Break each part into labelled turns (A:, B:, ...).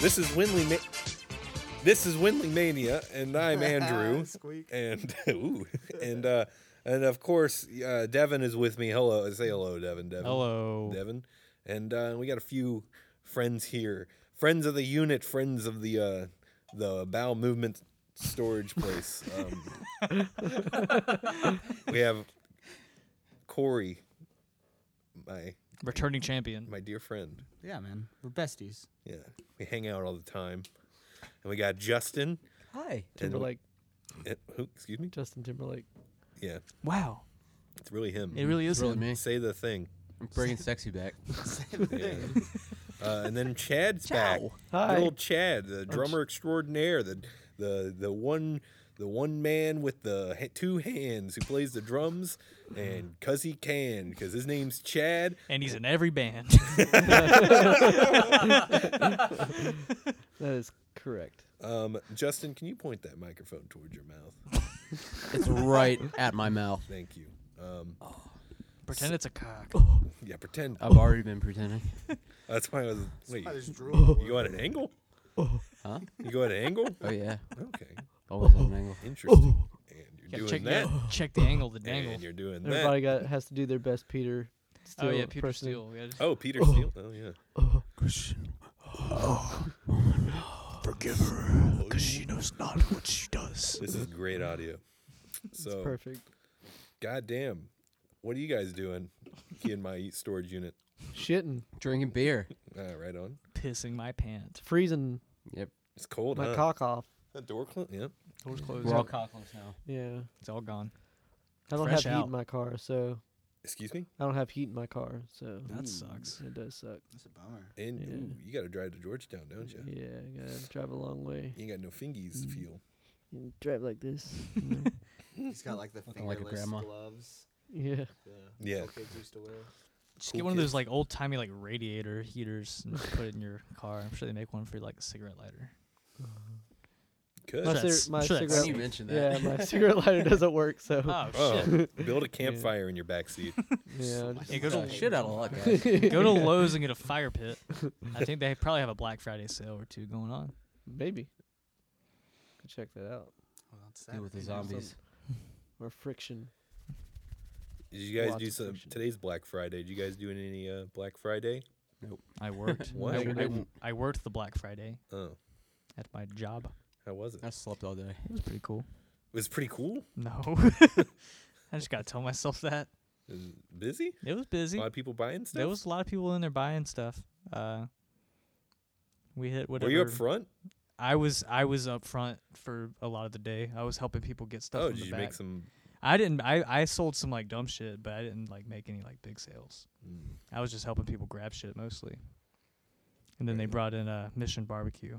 A: This is Winley. Ma- this is Winley Mania, and I'm Andrew.
B: Squeak.
A: and ooh, and uh, and of course, uh, Devin is with me. Hello, uh, say hello, Devin. Devin.
C: Hello.
A: Devin. And uh, we got a few friends here, friends of the unit, friends of the uh, the bowel movement storage place. Um, we have Corey, my
C: Returning champion.
A: my dear friend.
B: Yeah, man. We're besties.
A: Yeah, we hang out all the time. And we got Justin.
D: Hi,
A: And we-
D: Timberlake.
A: eh, who, excuse me.
D: Justin Timberlake.
A: Yeah,
C: Wow.
A: it's really him.
C: It really is
E: It's really
C: him.
E: me.
A: Say the thing.
E: I'm bringing sexy back.
A: Yeah. uh, and then Chad's back.
D: Hi.
A: Good old Chad, the drummer extraordinaire, the the the one the one man with the ha- two hands who plays the drums, and cause he can, cause his name's Chad.
C: And he's in every band.
D: That is correct.
A: Um, Justin, can you point that microphone towards your mouth?
E: It's right at my mouth.
A: Thank you. Um,
C: Pretend it's a cock.
A: yeah, pretend.
E: I've already been pretending.
A: That's why I was. Wait,
B: Why there's
A: you
B: drool all
A: go
B: over
A: at an angle?
E: Huh?
A: You go at an angle?
E: Oh yeah.
A: Okay,
E: Always on an angle.
A: interesting. And
C: Yeah,
A: you're
C: check
A: doing that.
C: the check the angle, the
A: And
C: dangle.
A: you're doing
D: Everybody
A: that.
D: got has to do their best. Peter.
C: Oh
D: Steele
C: yeah, Peter
D: impression.
C: Steele. We gotta-
A: Oh, Peter Steele. Oh yeah.
F: Christian. Forgive her, because she knows not what she does.
A: This is great audio. So
D: Perfect.
A: Goddamn. What are you guys doing? He and my storage unit.
D: Shitting.
E: Drinking beer.
A: Uh, right on.
C: Pissing my pants.
D: Freezing
E: Yep.
A: It's cold,
D: my
A: huh?
D: cock off.
A: That door closed. Yeah.
C: Doors closed.
E: We're all cockless now.
D: Yeah.
C: It's all gone.
D: I don't
C: Fresh
D: have heat
C: out.
D: in my car, so
A: Excuse me.
D: I don't have heat in my car, so
C: That sucks.
D: it does suck.
B: That's a bummer.
A: And
D: Yeah.
A: ooh, you got to drive to Georgetown, don't you?
D: Yeah, I gotta drive a long way.
A: You ain't got no fingies to feel.
D: You drive like this.
B: He's got like the
E: Looking like a
B: fingerless
E: grandma.
B: gloves.
D: yeah.
B: The
A: Yeah.
B: little kids used to wear.
C: Just
A: Cool
C: get one of
A: kids.
C: those like old timey like radiator heaters and put it in your car. I'm sure they make one for like a cigarette lighter.
A: Good.
C: Sure,
D: My,
C: that's-
D: cig- my
C: sure, that's-
E: When you
D: cigarette.
E: mentioned that.
D: Yeah, my cigarette lighter doesn't work, so
C: Oh shit.
A: Oh, build a campfire in your back seat.
D: yeah. I'll just
C: It goes
E: Knocked
C: to
E: the shit out of luck, guys.
C: go to Lowe's and get a fire pit. I think they probably have a Black Friday sale or two going on.
D: Maybe. Could check that out.
B: Well, that's
E: Deal with the
B: Saturday night.
E: zombies.
D: Or friction.
A: Did you guys
D: Lots
A: do
D: of
A: some?
D: friction.
A: Today's Black Friday. Did you guys do any uh, Black Friday?
C: I worked.
A: What?
C: I,
E: No, we
C: I-
E: didn't.
C: I worked the Black Friday
A: Oh,
C: at my job.
A: how was it?
E: I slept all day.
C: It was pretty cool.
A: It was pretty cool.
C: No. I just gotta tell myself that.
A: It was busy.
C: It was
A: A
C: busy.
A: lot of people buying stuff.
C: There was a lot of people in there buying stuff. Uh, we hit whatever.
A: Were you up front?
C: I was I was up front for a lot of the day. I was helping people get stuff.
A: Oh,
C: from
A: did
C: the
A: you
C: back.
A: make some?
C: I didn't. I I sold some like dumb shit, but I didn't like make any like big sales.
A: Mm.
C: I was just helping people grab shit mostly. And then
A: Fair
C: they
A: enough.
C: brought in a Mission Barbecue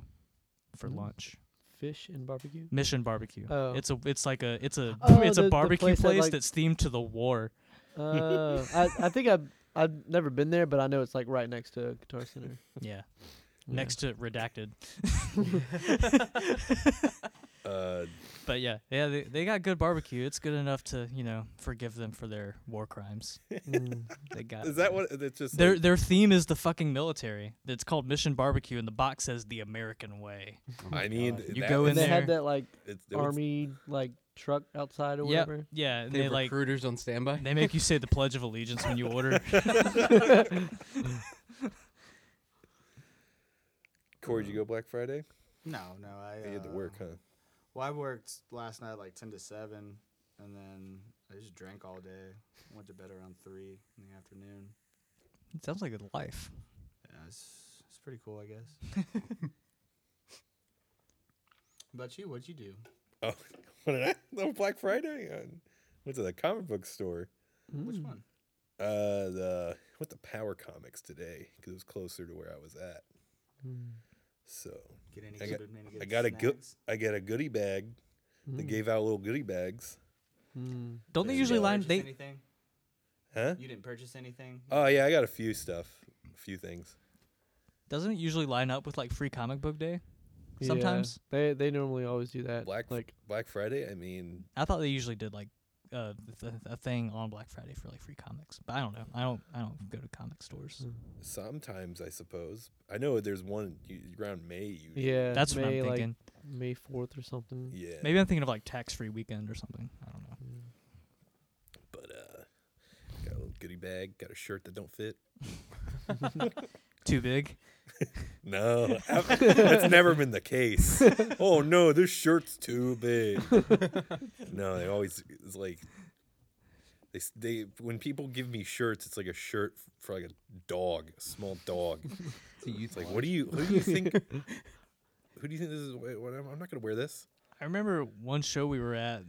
C: for
A: Hmm.
D: Mm.
C: lunch.
D: Fish and barbecue?
C: Mission Barbecue.
D: Oh.
C: It's a it's like a it's a
D: Oh,
C: it's
D: the- the
C: a barbecue
D: place
C: place,
D: that, like-
C: that's themed to the war.
D: Uh, I, I think I've I've never been there, but I know it's like right next to Guitar Center.
C: Yeah.
D: Yeah.
C: Next to redacted.
A: Uh,
C: But yeah, yeah, they, they got good barbecue. It's good enough to, you know, forgive them for their war crimes.
D: Mm.
C: They got
A: is that what? It's just
C: their
A: like-
C: their theme is the fucking military. It's called Mission Barbecue and the box says the American way.
E: Oh my
A: I mean,
E: God.
C: You
A: that
C: go
A: was-
C: in
D: and they had
C: there.
D: that like
A: It's, it was-
D: army like truck outside or
C: Yep.
D: whatever.
C: Yeah, and
E: They
C: they,
E: have
C: like
E: recruiters on standby.
C: they make you say the pledge of allegiance when you order.
A: Corey, did you go Black Friday? Oh,
B: No, no. I. Uh,
A: you had to work, huh?
B: Well, I worked last night like ten to seven, and then I just drank all day. Went to bed around three in the afternoon.
C: It sounds like a life.
B: Yeah, it's it's pretty cool, I guess. But you, what'd you do?
A: Oh, what did I? On Black Friday, I went to the comic book store.
B: Which
E: Hmm.
D: Mm.
B: one?
A: Uh, the went to Power Comics today because it was closer to where I was at.
D: Mm.
A: So
B: Get any
A: I got-
B: good? Any good
A: I got a good.
B: snacks?
A: I got a goodie bag. They
D: Mm.
A: gave out little goodie bags.
D: Mm.
C: Don't they
A: Yeah.
C: usually
A: Yeah.
C: line
B: Purchase
C: they
B: anything?
A: Huh?
B: You didn't purchase anything?
A: Oh yeah, I got a few stuff, a few things.
C: Doesn't it usually line up with like free comic book day?
D: Yeah,
C: Sometimes
D: they they normally always do that.
A: Black
D: like
A: Black Friday. I mean,
C: I thought they usually did like uh, th- a thing on Black Friday for like free comics. But I don't know. I don't. I don't go to comic stores.
D: mm.
A: Sometimes, I suppose. I know there's one u- around May usually.
D: Yeah,
C: That's what
D: May,
C: I'm
D: like,
C: thinking.
D: May fourth or something. Mm.
A: Yeah.
C: Maybe I'm thinking of like tax free weekend or something. I don't know.
A: But uh, got a little goodie bag. Got a shirt that don't fit.
C: Too big.
A: No, that's never been the case. Oh no, this shirt's too big. No, they always it's like they s- they when people give me shirts, it's like a shirt f- for like a dog, a small dog. It's like, what do you who do you think? Who do you think this is? Wait, what, I'm I'm not gonna wear this.
C: I remember one show we were at.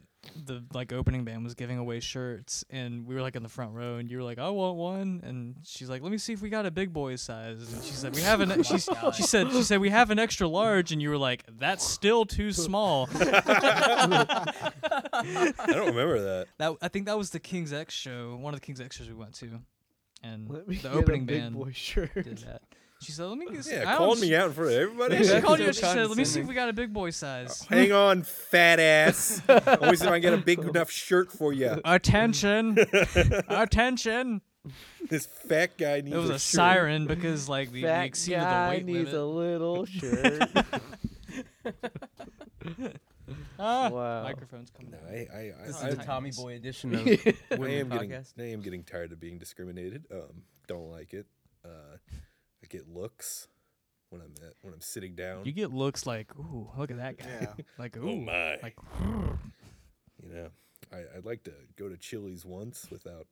C: The like opening band was giving away shirts, and we were like in the front row, and you were like, "I want one," and she's like, "Let me see if we got a big boy size." And she said, "We have an." e-" She, she said, "She said we have an extra large," and you were like, "That's still too small."
A: I don't remember that.
C: That I think that was the King's X show, one of the King's X shows we went to, and
D: Let me
C: the
D: get a
C: opening
D: big
C: band
D: boy shirt.
C: did that. She said, "Let me get."
A: Yeah, called me out in front of
C: Yeah,
A: everybody. Uh,
C: she
D: That's
C: called
D: so
C: you. and She said, "Let me see if
E: condescending.
C: we got a big boy size."
A: Hang on, fat ass. Always if I get a big enough shirt for you.
C: Uh, Attention! Attention!
A: This fat guy needs
C: It was a
A: shirt.
C: siren because like we, we
D: Fat
C: exceeded the
D: guy
C: weight
D: needs
C: limit.
D: a little shirt.
C: Ah,
D: wow.
C: Microphone's coming.
A: No,
C: out.
A: I, I, I,
E: This is
A: I,
E: the
C: I-
E: Tommy Boy edition of
A: I
E: Women
A: am getting
E: Podcast.
A: I am getting tired of being discriminated. Um, don't like it. Uh, I get looks when I'm at, when I'm sitting down.
C: You get looks like, "Ooh, look at that guy!"
B: Yeah.
C: Like, "Ooh,
A: oh my!
C: like,
A: you know, I, I'd like to go to Chili's once without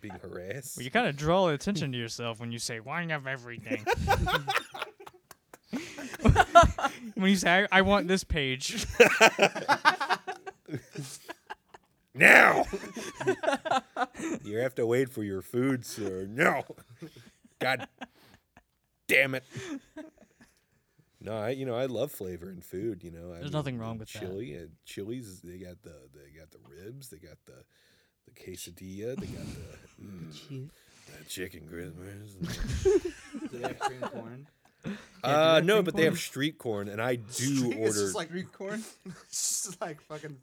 A: being harassed.
C: Well, you kind of draw attention to yourself when you say "one of everything." when you say I, "I want this page,"
A: now you have to wait for your food, sir. No, God damn it. No, I you know I love flavor in food. You know, I
C: There's nothing wrong
A: the
C: with that.
A: chili. And chilies, they got the they got the ribs, they got the the quesadilla, they got the, mm, the chicken crispers.
B: Do they have cream corn?
A: uh, no, but they have street corn, and I do order.
B: It's just like street corn. it's just like fucking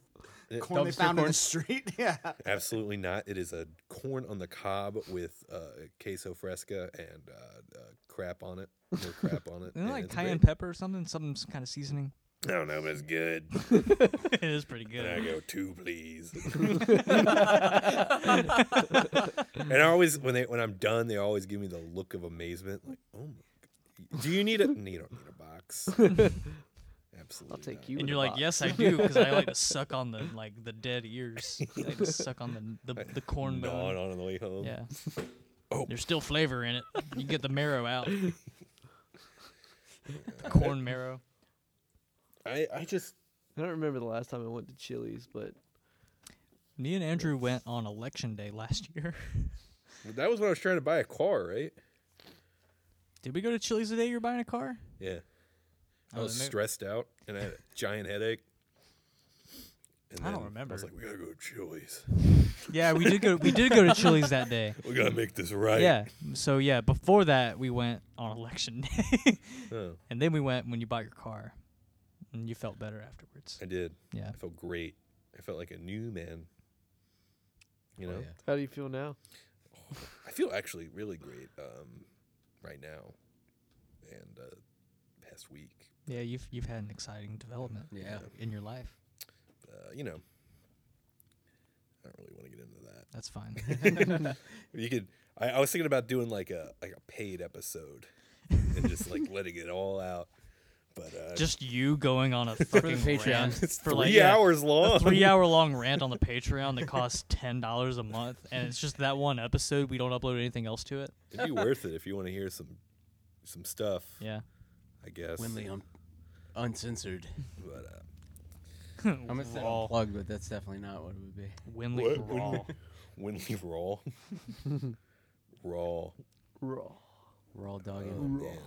A: Yeah,
B: corn they
E: dumpster
B: found in
E: corn.
B: the street. Yeah.
A: Absolutely not. It is a corn on the cob with uh, queso fresca and uh, uh, crap on it. More crap on it.
C: isn't it
A: and
C: like
A: it's
C: cayenne
A: great.
C: pepper or something? Some kind of seasoning.
A: I don't know, but it's good.
C: it is pretty good.
A: And I go two, please. and I always when they when I'm done, they always give me the look of amazement, like, "Oh my! God. Do you need a? No, you don't need a box. Absolutely.
D: I'll take
A: not.
D: you.
C: and
D: in
C: you're
D: a
C: like,
D: box.
C: "Yes, I do," because I like to suck on the like the dead ears. I like to suck on the the, the corn
A: Gnawing
C: bone.
A: on Oh. the way home.
C: Yeah. There's still flavor in it. You can get the marrow out. The corn marrow.
A: I I just
D: I don't remember the last time I went to Chili's, but
C: Me and Andrew went on election day last year.
A: that was when I was trying to buy a car, right?
C: Did we go to Chili's the day you were buying a car?
A: Yeah. I
C: Oh,
A: was
C: then may-
A: stressed out and I had a giant headache. And
C: I don't
A: then I
C: remember.
A: was like, we gotta go to Chili's.
C: Yeah, we did go. We did go to Chili's that day.
A: We gotta make this right.
C: Yeah. So yeah, before that we went on election day,
A: Oh,
C: and then we went when you bought your car, and you felt better afterwards.
A: I did.
C: Yeah.
A: I felt great. I felt like a new man.
C: Oh,
A: You know,
E: yeah.
D: how do you feel now?
A: I feel actually really great um, right now, and uh, past week.
C: Yeah, you've you've had an exciting development.
E: Yeah.
C: In your life,
A: Uh, you know, I don't really want to get into that.
C: that's fine.
A: You could. I, I was thinking about doing like a like a paid episode, and just like letting it all out. But uh,
C: Just you going on a fucking
E: Patreon.
C: rant
A: it's
C: for
A: three
C: like yeah,
A: hours long.
C: a three-hour long rant on the Patreon that costs ten dollars a month, and it's just that one episode. We don't upload anything else to it.
A: It'd be worth it if you want to hear some some stuff.
C: Yeah.
A: I guess.
E: Winley un- uncensored.
A: But, uh,
E: I'm gonna say
C: Raw.
E: unplugged, but that's definitely not what it would be.
C: Winley
A: What?
C: Raw.
A: Winley raw, raw.
D: Raw.
E: Raw dog.
A: Oh, man.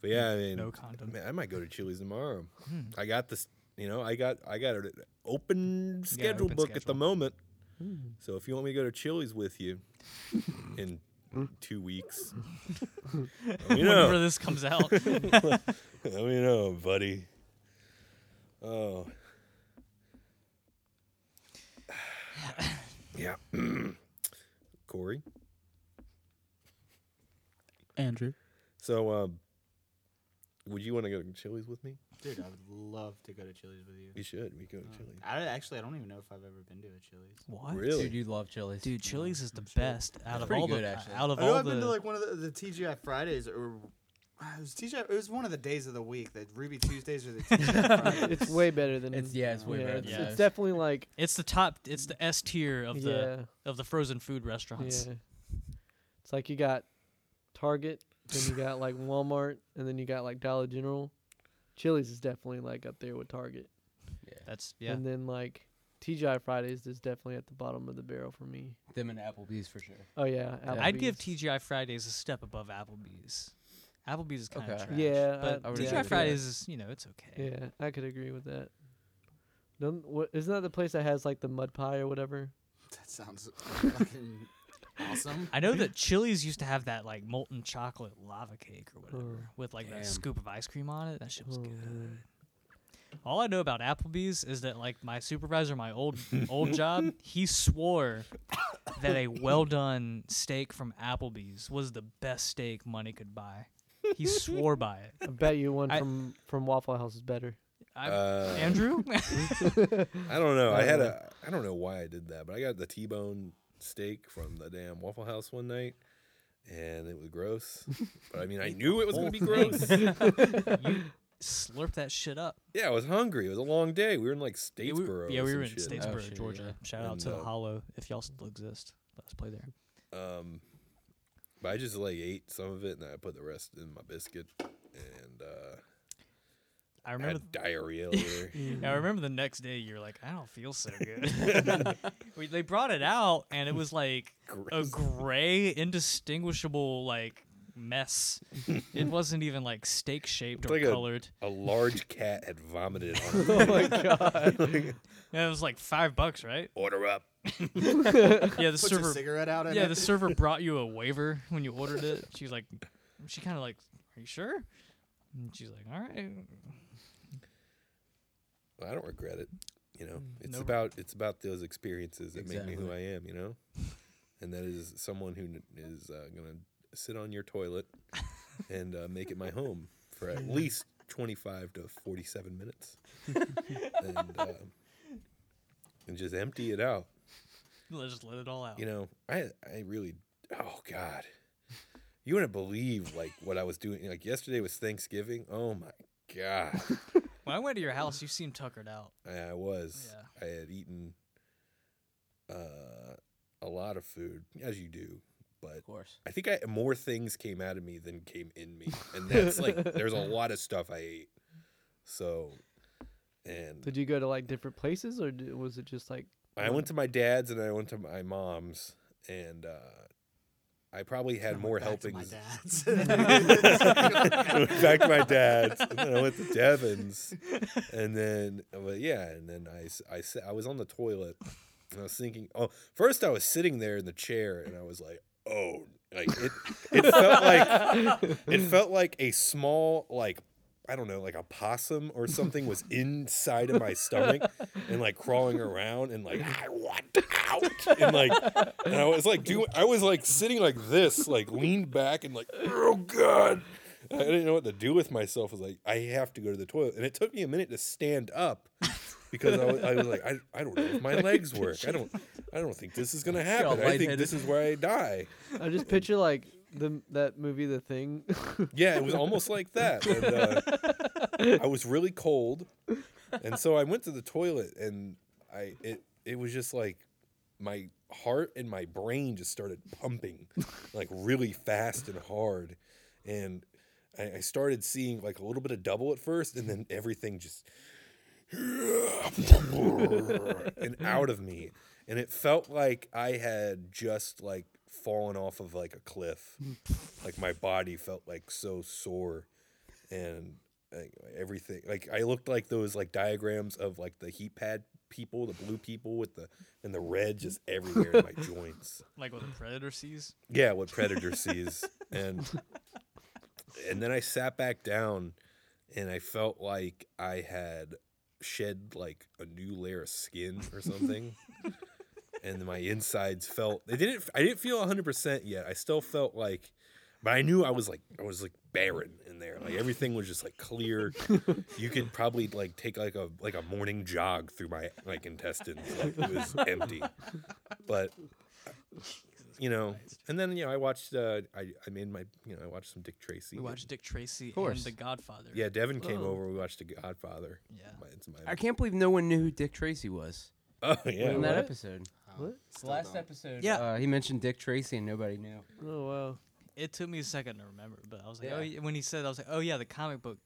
A: But yeah, I mean,
C: No condom.
A: man, I might go to Chili's tomorrow.
C: Hmm.
A: I got this. You know, I got I got an open schedule
C: open
A: book at the
C: schedule. Hmm.
A: moment. So if you want me to go to Chili's with you in two weeks, let me
C: Whenever
A: know.
C: this comes out,
A: let me know, buddy. Oh, Yeah. Corey.
F: Andrew.
A: So, um, would you want to go to Chili's with me?
B: Dude, I would love to go to Chili's with you.
A: We should. We go to
B: Um,
A: Chili's.
B: I don't- actually, I don't even know if I've ever been to a Chili's.
C: What?
A: Really?
E: Dude, you love chilies.
C: Dude, Chili's is the
B: I'm sure.
C: best out of
E: pretty
C: all
E: good,
C: the
E: actually.
C: out of
B: I know
C: all
B: I've
C: the.
B: been to like one of the, the TGI Fridays or uh, it was TGI. It was one of the days of the week that Ruby Tuesdays are the TGI Fridays.
D: it's way better than.
E: Mm-hmm. It's yeah, it's way
D: yeah,
E: better.
D: It's,
E: than
D: it's
E: those.
D: definitely like
C: it's the top. It's the S tier of the
D: yeah,
C: of the frozen food
D: yeah.
C: restaurants.
D: It's like you got Target, then you got like Walmart, and then you got like Dollar General. Chili's is definitely like up there with Target,
C: That's yeah.
D: and then like TGI Fridays is definitely at the bottom of the barrel for me.
E: Them and Applebee's for sure.
D: Oh yeah,
E: Yeah.
C: I'd give
D: Applebee's.
C: TGI Fridays a step above Applebee's. Applebee's is kind of
E: Okay.
C: trash.
D: Yeah,
C: but
D: I- I would
C: TGI
E: agree with
C: Fridays is you know it's okay.
D: Yeah, I could agree with that. Don't, what, isn't that the place that has like the mud pie or whatever?
B: that sounds fucking awesome.
C: I know that Chili's used to have that like molten chocolate lava cake or whatever with like
E: Damn.
C: that scoop of ice cream on it. That shit was
D: Oh,
C: good.
D: man.
C: All I know about Applebee's is that like my supervisor, my old old job, he swore that a well done steak from Applebee's was the best steak money could buy. He swore by it.
D: I bet you one
C: I-
D: from from Waffle House is better.
C: I,
A: Uh,
C: Andrew,
A: I don't know. I
D: I
A: had
D: don't
A: a. I don't know why I did that, but I got the T-bone steak from the damn Waffle House one night, and it was gross. but I mean, I knew it was gonna be gross.
C: you slurp that shit up.
A: yeah, I was hungry. It was a long day. We were in like
C: Yeah, we were-
A: Statesboro.
C: yeah,
A: or
C: we
A: some
C: were in
A: shit.
E: Oh,
C: Statesboro,
E: shit,
C: Georgia. Shout out
A: And,
C: to the
A: uh,
C: Hollow if y'all still exist. Let us play there.
A: Um, but I just like ate some of it, and I put the rest in my biscuit, and uh,
C: I
A: I
C: remember.
A: had diarrhea later.
C: I remember the next day you're like, I don't feel so good. We- they brought it out and it was like a
A: Gross.
C: gray, indistinguishable like mess. It wasn't even like steak shaped
A: It's
C: or
A: like a-
C: colored.
A: a large cat had vomited on it. oh my god!
C: And it was like five bucks, right?
A: order up.
C: Yeah, the
B: Put your
C: server.
B: cigarette out in
C: Yeah,
B: it.
C: the server brought you a waiver when you ordered it. She's like, she kind of like, are you sure? And she's like, all right.
A: Well, I don't regret it. You know, it's
C: Mm, no re-
A: about it's about those experiences that make me who I
E: Exactly.
A: am. You know, and that is someone who n- is uh, gonna sit on your toilet and uh, make it my home for at least twenty five to forty seven minutes, and uh, and just empty it out.
C: Let's just let it all out.
A: You know, I I really oh god. You wouldn't believe like what I was doing. Like yesterday was Thanksgiving. Oh my god.
C: When I went to your house, you seemed tuckered out.
A: I I was.
C: Yeah.
A: I had eaten uh, a lot of food, as you do, but
E: Of course.
A: I think I more things came out of me than came in me, and that's like there's a lot of stuff I ate. So, and
D: Did you go to like different places or d was it just like
A: I went to my dad's and I went to my mom's, and uh, I probably had more
B: Back to my
A: helpings.
B: dad's.
A: I went back to my dad's, and then I went to Devin's, and then but yeah, and then I s- I s- I was on the toilet, and I was thinking, oh, first I was sitting there in the chair, and I was like, oh, like it it felt like it felt like a small like. I don't know, like a possum or something was inside of my stomach and like crawling around and like I want out and like and I was like doing I was like sitting like this, like leaned back and like, oh god. I didn't know what to do with myself. I was like, I have to go to the toilet. And it took me a minute to stand up because I was, I was like, I, I don't know if my legs work. I don't I don't think this is gonna happen. I think
E: lightheaded.
A: this is where I die.
D: I just picture like the that movie The Thing.
A: Yeah, it was almost like that. And, uh, I was really cold, and so I went to the toilet, and I it it was just like my heart and my brain just started pumping like really fast and hard, and I, I started seeing like a little bit of double at first, and then everything just and out of me, and it felt like I had just like fallen off of like a cliff like my body felt like so sore and like, everything like i looked like those like diagrams of like the heat pad people the blue people with the and the red just everywhere in my joints
C: Like what the predator sees.
A: yeah what predator sees and and then i sat back down and i felt like i had shed like a new layer of skin or something and my insides felt they didn't I didn't feel 100% yet. I still felt like but I knew I was like I was like barren in there. Like everything was just like clear. you could probably like take like a like a morning jog through my like intestines. Like it was empty. But you know, and then you know I watched uh I I made my you know I watched some Dick Tracy.
C: We watched Dick Tracy and
E: course.
C: The Godfather.
A: Yeah, Devin came
E: Oh.
A: over. We watched The Godfather.
C: Yeah.
A: My, it's
E: I
A: my,
E: can't believe no one knew who Dick Tracy was
A: oh yeah.
E: in that
D: what?
E: episode.
D: What?
B: Still don't.
E: episode.
C: Yeah.
E: Uh, he mentioned Dick Tracy and nobody knew.
D: Oh wow.
C: It took me a second to remember, but I was like,
E: Yeah.
C: oh, yeah. when he said, I was like, oh yeah, the comic book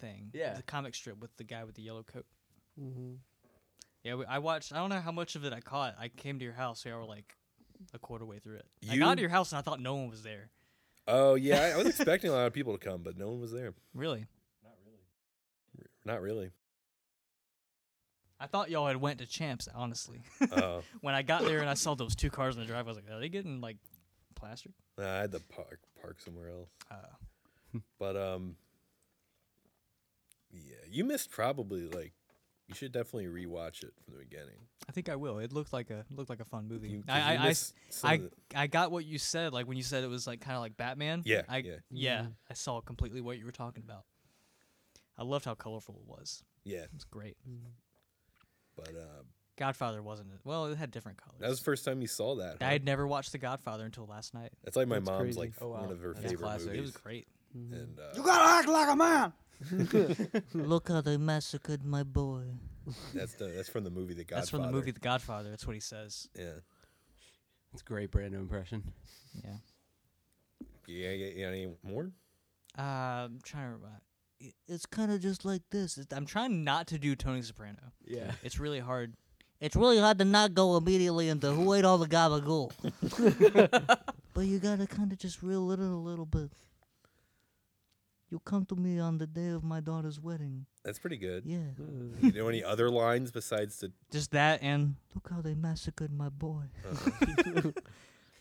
C: thing.
E: Yeah.
C: The comic strip with the guy with the yellow coat.
D: Mm-hmm.
C: Yeah, we, I watched. I don't know how much of it I caught. I came to your house. We were like a quarter way through it. I
A: You-
C: got to your house and I thought no one was there.
A: Oh yeah, I- I was expecting a lot of people to come, but no one was there.
C: Really,
A: Not really.
C: I thought y'all had went to Champs. Honestly,
A: Oh,
C: when I got there and I saw those two cars in the driveway, I was like, are they getting like plastered?
A: nah, I had to park park somewhere else.
C: Uh,
A: But um, yeah, you missed probably like you should definitely rewatch it from the beginning.
C: I think I will. It looked like a looked like a fun movie.
A: You, 'cause
C: Mm-hmm. I I,
A: you
C: I s-
A: missed some
C: I-
A: of the-
C: I got what you said. Like when you said it was like kind of like Batman.
A: Yeah,
C: I,
A: yeah.
D: Mhm.
C: I saw completely what you were talking about. I loved how colorful it was.
A: yeah,
C: It was great.
A: but uh,
C: Godfather wasn't it? Well, it had different colors.
A: that was the first time you saw that.
C: I
A: huh?
C: had never watched The Godfather until last night.
A: That's like my
D: That's
A: mom's
D: crazy.
A: like
E: Oh, wow.
A: one of her
E: That's
A: favorite
E: classic.
A: movies.
C: It was great.
A: And uh,
B: You gotta act like a man.
C: Look how they massacred my boy.
A: that's the, that's from the movie The Godfather.
C: That's from the movie The Godfather. That's what he says.
A: Yeah.
E: That's a great Brando impression.
C: Yeah.
A: Yeah, yeah, yeah. Any more?
C: Uh, I'm trying to remember. It- It's kind of just like this. It- I'm trying not to do Tony Soprano.
E: Yeah.
C: It's really hard. It's really hard to not go immediately into who ate all the gabagool. but you gotta kind of just reel it in a little bit. You come to me on the day of my daughter's wedding.
A: That's pretty good.
C: Yeah.
A: You know any other lines besides the?
C: Just that and look how they massacred my boy.
A: Uh,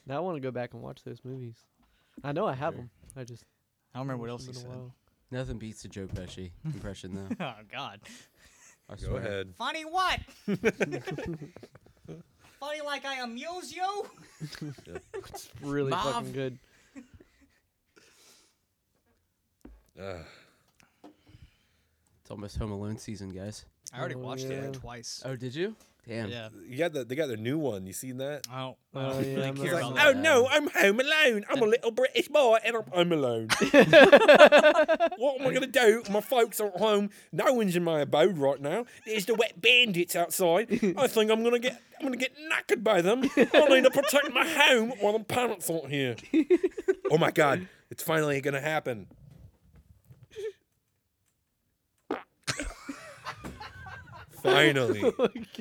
D: Now I want to go back and watch those movies. I know I have them. I just
C: I don't remember what else
D: haven't
C: he
D: watched
C: said.
D: them
E: Nothing beats the Joe Pesci impression though.
C: Oh God.
E: I
A: go
E: swear.
A: ahead.
C: Funny what? Funny like I amuse you?
D: in a while. Really
E: Mom.
D: fucking good.
A: Ugh.
E: It's almost Home Alone season, guys.
C: I already
D: Oh,
C: watched it like
D: yeah.
C: twice.
E: Oh, did you? Damn.
C: yeah.
A: You got the they got their new one. You seen that?
C: I don't, I
D: Oh,
C: don't
D: yeah,
C: really
D: I'm
C: care about
D: not-
E: It's
C: that.
E: like,
A: Oh no, I'm home alone. I'm a little British boy and I'm, I'm alone. what am I gonna do? My folks aren't home. No one's in my abode right now. There's the wet bandits outside. I think I'm gonna get I'm gonna get knackered by them. I need to protect my home while my parents aren't here. oh my god, it's finally gonna happen. finally.
C: Oh
D: I think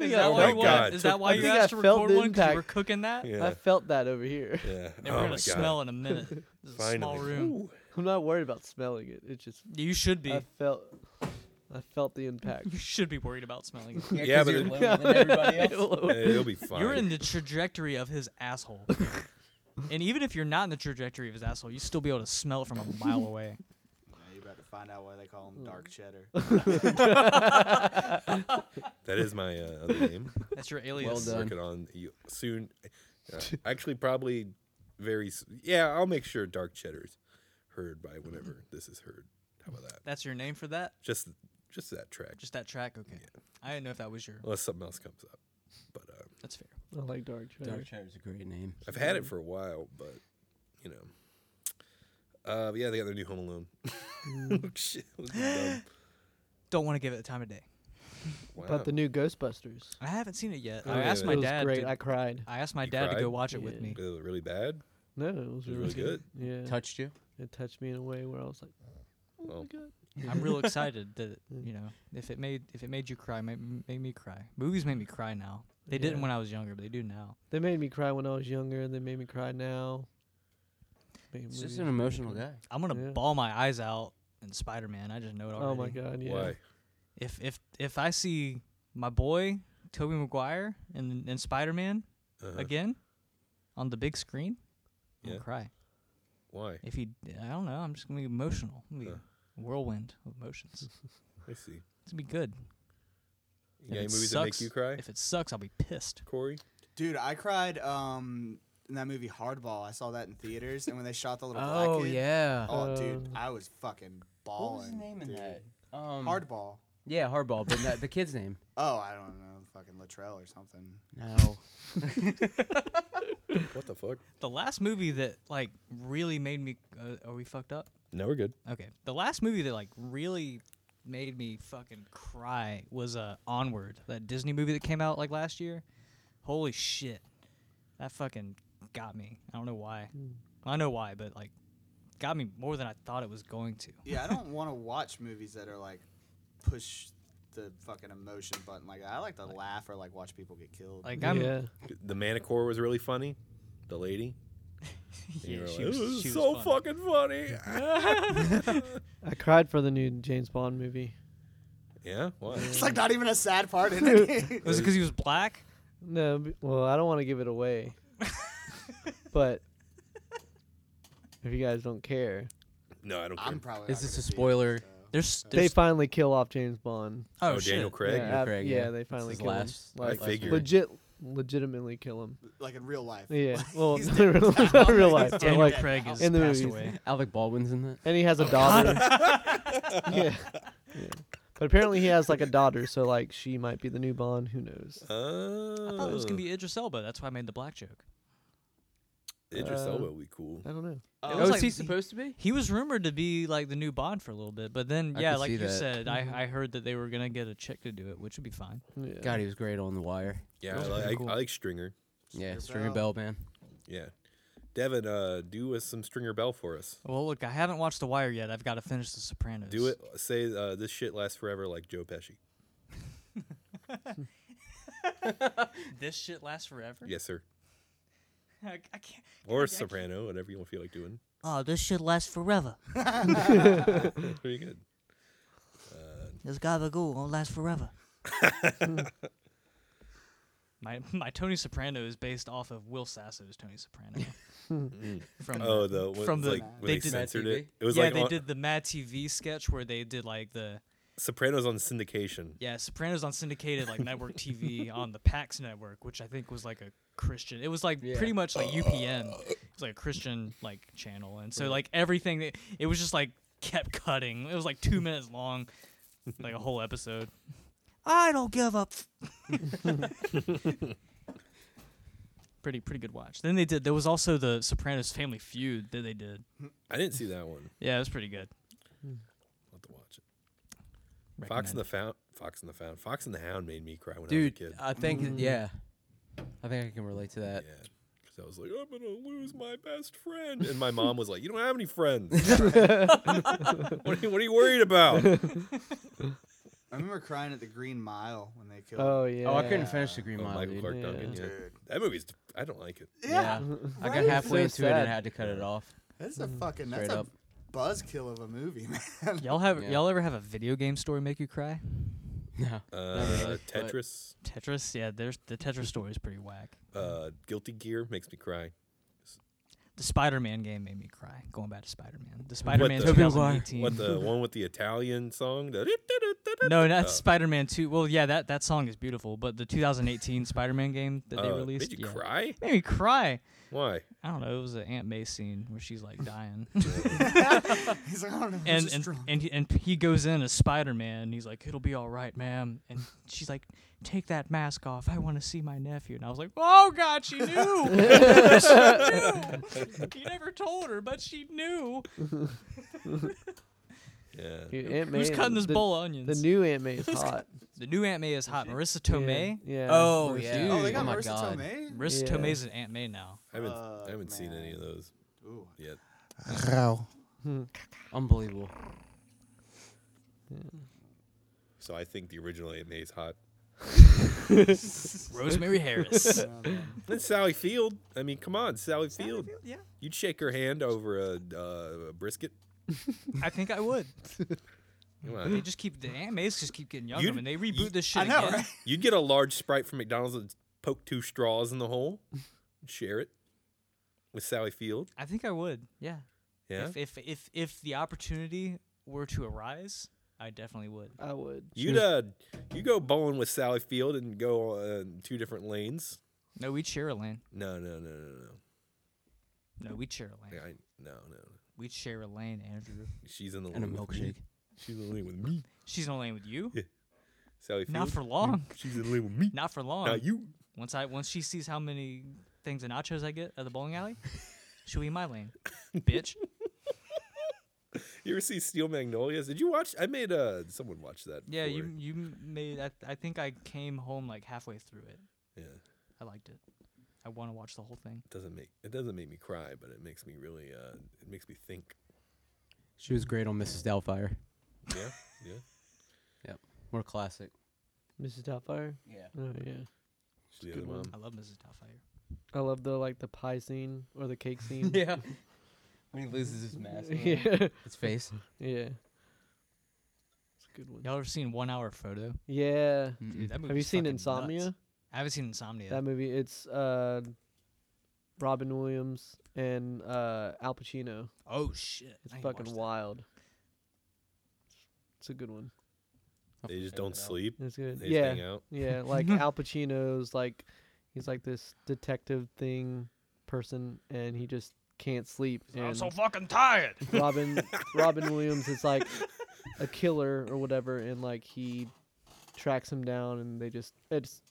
C: Is
D: I,
C: that,
A: Oh
C: why
A: my
C: you
D: felt,
C: want-
A: God.
C: is that why
D: I
C: you
D: think I
C: asked to
D: felt
C: record
D: the
C: one? Because you were
D: impact.
C: cooking that?
A: Yeah.
D: I felt that over here.
A: Yeah.
C: And we're
A: oh
C: gonna
A: my
C: smell
A: god.
C: in a minute. This is a
A: Finally.
C: small room.
A: Ooh.
D: I'm not worried about smelling it. It just
C: You should be.
D: I felt I felt the impact.
C: you should be worried about smelling it.
A: Yeah, Yeah, but you're it-
E: you're than everybody else.
A: Uh, It'll be fine.
C: You're in the trajectory of his asshole. and even if you're not in the trajectory of his asshole, you still be able to smell it from a mile away.
B: Yeah, you about to find out why they call him dark cheddar.
A: That is my uh, other name.
C: That's your alias.
E: done.
A: Working on you soon. Uh, actually, probably very. s- Yeah, I'll make sure Dark Cheddar's heard by whenever this is heard. How about that?
C: That's your name for that?
A: Just, just that track.
C: Just that track? Okay. I didn't know if that was your.
A: Unless something else comes up. But uh,
C: That's fair.
D: I like dark
E: Dark
D: chocolate.
E: Cheddar's a great name.
A: I've had it for a while, but you know. Uh, yeah, they got their new Home Alone. Oh,
D: Mm.
A: Shit, this is dumb.
C: Don't want to give it the time of day.
A: Wow.
D: But the new Ghostbusters.
C: I haven't seen it yet.
A: Oh,
C: I
A: yeah,
C: asked my
D: it was
C: dad.
D: great.
C: to-
D: I cried.
C: I asked my
A: You
C: dad to
A: cried?
C: go watch it with
D: Yeah.
C: me.
A: It was really bad.
D: No, it was
A: It was
D: really,
A: really good.
D: Yeah,
E: Touched you?
D: it touched me in a way where I was like,
A: Oh.
C: I'm real excited that you know if it made if it made you cry, made, made me cry. Movies make me cry now. They didn't
D: Yeah.
C: when I was younger, but they do now.
D: they made me cry when I was younger. They made me cry now. Made
E: He's
D: movies
E: just
D: make
E: an
D: me
E: emotional
D: cry.
E: guy.
C: I'm gonna
D: Yeah.
C: ball my eyes out in Spider Man. I just know it already.
D: Oh my god, yeah.
A: Why?
C: If if if I see my boy Toby Maguire and and Spider Man
A: Uh-huh.
C: again on the big screen, I'm
A: Yeah.
C: gonna cry.
A: Why?
C: If he, I don't know. I'm just gonna be emotional. I'm gonna be
A: Huh.
C: a whirlwind of emotions.
A: I see.
C: It's gonna be good.
A: You got any
C: it
A: movies that make
C: sucks-
A: you cry,
C: If it sucks, I'll be pissed.
A: Corey?
B: Dude, I cried um in that movie Hardball. I saw that in theaters, and when they shot the little
E: Oh
B: black kid.
E: yeah.
B: Oh, dude,
D: Um,
B: I was fucking balling.
E: What was his name in
B: dude.
E: that? Um,
B: Hardball.
E: Yeah, hardball, but that, the kid's name.
B: Oh, I don't know, fucking Latrell or something.
E: No.
A: What the fuck?
C: The last movie that like really made me. Uh, are we fucked up?
A: No, we're good.
C: Okay. The last movie that like really made me fucking cry was uh Onward, that Disney movie that came out like last year. Holy shit. That fucking got me. I don't know why.
D: Hmm.
C: I know why, but like got me more than I thought it was going to.
B: Yeah, I don't want to watch movies that are like push the fucking emotion button like that. I like to laugh or like watch people get killed.
C: Like I'm yeah,
D: yeah.
A: The manicure was really funny. The lady. And you were
C: she
A: like,
C: was,
A: "This is
C: she was
A: so
C: funny.
A: fucking funny.
D: I cried for the new James Bond movie.
A: yeah. What?
B: it's like not even a sad part in it.
C: Was it cuz he was black?
D: No, b- well, I don't want to give it away. but if you guys don't care,
A: No, I don't care.
B: I'm probably.
E: Is
B: not
E: this a
B: gonna see it,
E: spoiler?
B: so.
C: There's,
D: they
C: there's
D: finally kill off James Bond.
C: Oh,
A: oh,
C: shit.
A: Daniel Craig.
D: yeah, ab-
E: Craig,
D: yeah,
E: yeah.
D: they finally
E: his
D: kill
E: last-
D: him. Like
A: I figured.
D: legit, legitimately kill him.
B: Like in real life.
D: Yeah,
B: Like,
D: well,
B: he's
D: not
B: dead.
D: real- not real life, but
C: Daniel
D: like
C: Craig is
D: in the
C: passed
D: movies.
C: away.
E: Alec Baldwin's in that.
D: and he has a daughter. yeah. yeah. But apparently he has like a daughter, so like she might be the new Bond. Who knows?
A: Oh.
C: I thought it was going to be Idris Elba. That's why I made the black joke.
A: Oh, Idris
D: uh,
A: Elba would be cool.
D: I don't know.
B: Oh,
C: was
E: Oh,
C: like-
E: is he supposed to be?
C: He was rumored to be like the new Bond for a little bit, but then
E: I
C: yeah,
E: could
C: like
E: see
C: you
E: that.
C: said, I, I heard that they were gonna get a chick to do it, which would be fine.
D: Yeah.
E: God, he was great on The Wire.
A: Yeah, I
C: Those are
A: like,
C: pretty cool.
A: I like Stringer.
E: Yeah,
B: Stringer
E: Stringer Bell, man.
A: Yeah. Devin, uh, do us some Stringer Bell for us.
C: Well, look, I haven't watched The Wire yet. I've got to finish The Sopranos.
A: Do it. Say uh, this shit lasts forever, like Joe Pesci.
C: This shit lasts forever.
A: Yes, sir.
C: I, I can't.
A: Or Soprano, whatever you feel like doing.
C: Oh, this shit lasts forever.
A: Pretty good.
C: This gabagool won't last forever. my my Tony Soprano is based off of Will Sasso's Tony Soprano. Mm. from
A: Oh, the when,
C: from
A: it's
C: the
A: like when
C: they
A: they,
C: did-
E: Mad
A: censored
E: TV?
A: it. It was
C: yeah
A: like
C: they
A: on-
C: did the Mad TV sketch where they did like the
A: Sopranos on syndication.
C: Yeah, Sopranos on syndicated like network TV on the Pax network, which I think was like a Christian. It was like pretty much like UPN. It's like a Christian like channel, and so like everything that it was just like kept cutting. It was like two minutes long, like a whole episode. I don't give up. pretty pretty good watch. Then they did. There was also the Sopranos Family Feud that they did.
A: I didn't see that one.
C: Yeah, it was pretty good.
A: I'll have to watch it. Fox and the Found. Fox and the Found. Fox and the Hound made me cry when
E: Dude,
A: I was a kid.
E: I think yeah, I think I can relate to that.
A: yeah. Because I was like, I'm going to lose my best friend. And my mom was like, You don't have any friends. what, are you, what are you worried about?
B: I remember crying at the Green Mile when they killed.
D: Oh yeah.
E: Oh, I couldn't finish the Green
A: Oh,
E: Mile.
A: Michael
E: dude.
A: Clark
D: Yeah.
A: Duncan. Yeah.
B: Dude,
A: That movie's. I don't like it.
E: Yeah,
B: yeah,
E: I
B: right?
E: got halfway
D: It's so
E: into it
D: sad.
E: and had to cut it off.
B: that's
D: Mm-hmm.
B: a fucking that's
E: Straight
B: a
E: up.
B: buzzkill of a movie, man.
C: Y'all have
E: Yeah.
C: y'all ever have a video game story make you cry?
E: No,
A: Uh,
E: really, but-
A: Tetris,
C: Tetris, yeah, there's the Tetris story is pretty whack.
A: uh, Guilty Gear makes me cry.
C: The Spider-Man game made me cry. Going back to Spider-Man, the Spider-Man
A: the- Tobey
E: Maguire.
C: 2018.
A: What the one with the Italian song? The
C: no, not
A: Oh.
C: Spider-Man 2. Well, yeah, that that song is beautiful, but the 2018 Spider-Man game that they
A: Uh,
C: released,
A: Did you
C: yeah.
A: cry?
C: Made me cry.
A: Why?
C: I don't know. It was an Aunt May scene where she's like dying,
B: He's like, I don't know. I'm
C: and
B: just
C: and
B: drunk.
C: and he, and he goes in as Spider-Man. And he's like, "It'll be all right, ma'am." And she's like, "Take that mask off. I want to see my nephew." And I was like, "Oh God, she knew. she knew. He never told her, but she knew."
A: Yeah.
D: Dude, Aunt May
C: Who's cutting this
D: the,
C: bowl of onions?
D: The new Aunt May is hot.
C: The new Aunt May is hot. Marissa Tomei.
D: Yeah. yeah.
E: Oh,
D: Marissa-
E: yeah.
B: oh,
E: Dude,
B: they got
E: oh my
B: Marissa
E: God.
B: Tomei.
C: Marissa
D: Yeah.
C: Tomei's an Aunt May now.
A: I haven't,
B: Fuck,
A: I haven't seen any of those
B: Ooh.
A: yet.
E: Unbelievable.
A: So I think the original Aunt May's hot.
C: Rosemary Harris.
B: Oh,
A: And Sally Field. I mean, come on, Sally, Field.
C: yeah,
A: You'd shake her hand over a, uh, a brisket.
C: I think I would.
A: Come
C: They
A: on.
C: just keep the Aunt Mays just keep getting younger,
A: You'd-
C: and they reboot
A: you-
C: this shit
B: I know,
C: again.
B: right?
A: You'd get a large Sprite from McDonald's and poke two straws in the hole. Share it with Sally Field.
C: I think I would. Yeah.
A: Yeah.
C: If, if if if the opportunity were to arise, I definitely would.
D: I would.
A: You'd uh, you go bowling with Sally Field and go uh, two different lanes.
C: No, we'd share a lane.
A: No, no, no, no, no.
C: No, we'd share a lane.
A: I, no, no.
C: We'd share a lane, Andrew.
A: She's in the
E: And a
A: lane with me.
E: milkshake.
A: She's in the lane with me.
C: She's in a lane with you.
A: Sally Field.
C: Not for long.
A: She's in the lane with me.
C: Not for long.
A: Not you.
C: Once I once she sees how many things of nachos I get at the bowling alley, she'll be in my lane, bitch.
A: You ever see Steel Magnolias? Did you watch? I made uh someone watch that.
C: Yeah,
A: before.
C: you you made. I, I think I came home like halfway through it.
A: Yeah,
C: I liked it. I want to watch the whole thing.
A: it doesn't make it doesn't make me cry, but it makes me really uh it makes me think.
E: She was great on Mrs. Doubtfire.
A: Yeah, yeah.
E: More classic.
D: Mrs. Doubtfire.
E: Yeah.
D: Oh yeah.
A: She's the
D: good
A: other
D: one.
A: mom.
C: I love Mrs. Doubtfire.
D: I love the like the pie scene or the cake scene.
E: yeah. When he loses his mask, on
D: yeah.
E: his face.
D: Yeah. It's a good one.
C: Y'all ever seen One Hour Photo?
D: Yeah.
E: Mm-mm.
C: that
D: Have you
C: movie's
D: seen
C: fucking
D: Insomnia?
C: nuts. I haven't seen Insomnia.
D: That movie. It's uh Robin Williams and uh Al Pacino.
C: oh shit!
D: It's
C: I ain't
D: fucking
C: watched that.
D: wild. It's a good one.
E: I'll
A: They just
E: check
A: don't
E: it out.
A: sleep.
D: It's good.
A: They just
D: yeah.
A: hang out.
D: Yeah, like Al Pacino's like he's like this detective thing person and he just can't sleep
C: I'm
D: and
C: so fucking tired.
D: Robin Robin Williams is like a killer or whatever and like he tracks him down and they just it's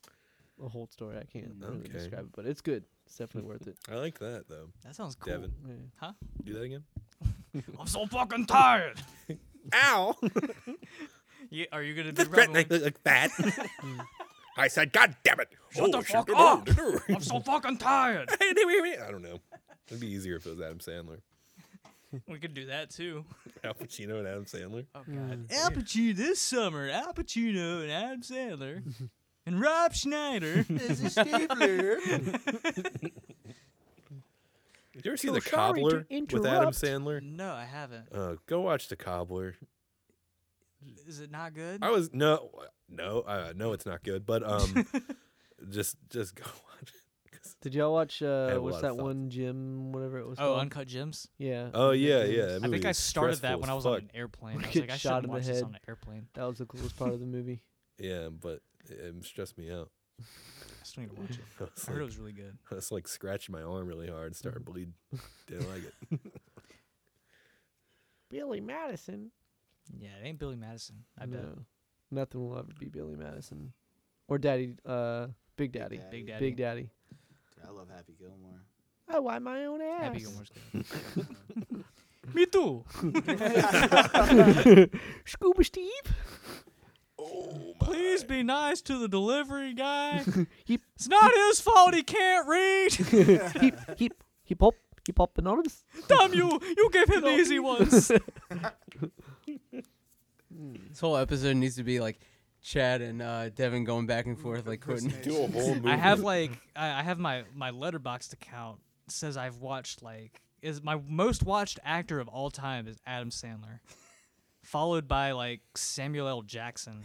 D: a whole story I can't really
A: Okay.
D: describe it but it's good. It's definitely worth it.
A: I like that though.
C: That sounds cool.
A: Devin,
D: Yeah.
A: do that again.
C: I'm so fucking tired.
A: Ow!
C: Yeah, are you gonna be Robin? Williams?
A: like that. I said, God damn it!
C: Shut the
A: Oh,
C: fuck
A: do- do-
C: up!
A: do- do.
C: I'm so fucking tired.
A: I don't know. It'd be easier if it was Adam Sandler.
C: We could do that too.
A: Al Pacino and Adam Sandler.
C: Oh
D: Mm.
C: god. Al Pacino this summer. Al Pacino and Adam Sandler and Rob Schneider.
A: Did you ever
C: Oh,
A: see The Cobbler with Adam Sandler?
C: no, I haven't.
A: Uh, go watch The Cobbler.
C: Is it not good?
A: I was no, no, uh, no. It's not good, but um, just just go watch. it. 'Cause-
D: Did y'all watch uh
A: have a
D: what's
A: lot of
D: that
A: thoughts.
D: one gym whatever it was
C: Oh,
D: called?
C: Uncut Gems.
D: yeah.
A: Oh yeah,
D: Gems.
A: yeah. that
C: I think
A: movie
C: I
A: is
C: started that
A: stressful as
C: when I was
A: fuck.
C: on an airplane. I was
D: Get
C: like, I
D: shot
C: shouldn't
D: in the
C: watch this
D: head.
C: on an airplane.
D: That was the coolest part of the movie.
A: Yeah, but it stressed me out.
C: I still need to watch it.
A: I was,
C: I heard it
A: like,
C: was really good.
A: I was like scratching my arm really hard, started bleeding. Didn't like it.
D: Billy Madison.
C: Yeah, it ain't Billy Madison. I bet.
D: no. Nothing will ever be Billy Madison. Or Daddy uh Big Daddy.
B: Daddy.
C: Big Daddy.
D: Big Daddy.
B: Dude, I love Happy Gilmore.
D: I wipe my own ass.
C: Happy Gilmore's good. Me too.
D: Scuba Steve.
A: Oh
C: Please be nice to the delivery guy.
D: He-
C: it's not his fault he can't read.
D: hip hip hip hop hip hop anonymous.
C: Damn you! You gave him the easy ones.
E: This whole episode needs to be like Chad and uh, Devin going back and forth, like quoting.
A: Do a whole movie.
C: I have like I I have my my letterboxed account says I've watched like is my most watched actor of all time is Adam Sandler, followed by like Samuel L. Jackson.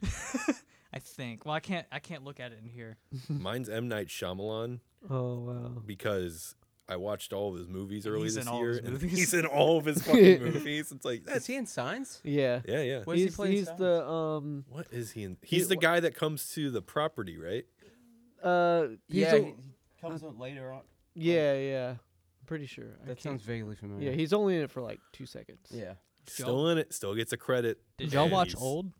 C: I think. Well, I can't I can't look at it in here.
A: Mine's M Night Shyamalan
D: Oh wow.
A: because I watched all of his movies early
C: he's
A: this
C: in all
A: year.
C: his
A: and
C: movies.
A: He's in all of his fucking movies. It's like
E: Is
A: that's
E: he in Signs?
D: Yeah.
A: yeah, yeah.
E: What is
D: he's he's the um
A: What is he in? He's the guy that comes to the property, right?
D: uh he's
E: yeah,
D: the-
E: he comes up later on.
C: Oh.
D: yeah yeah. I'm pretty sure. I
E: That
D: can't-
E: sounds vaguely familiar.
D: yeah, he's only in it for like two seconds.
E: yeah.
A: Still in it. Still gets a credit.
C: Did y'all
A: and
C: watch
A: he's-
C: Old,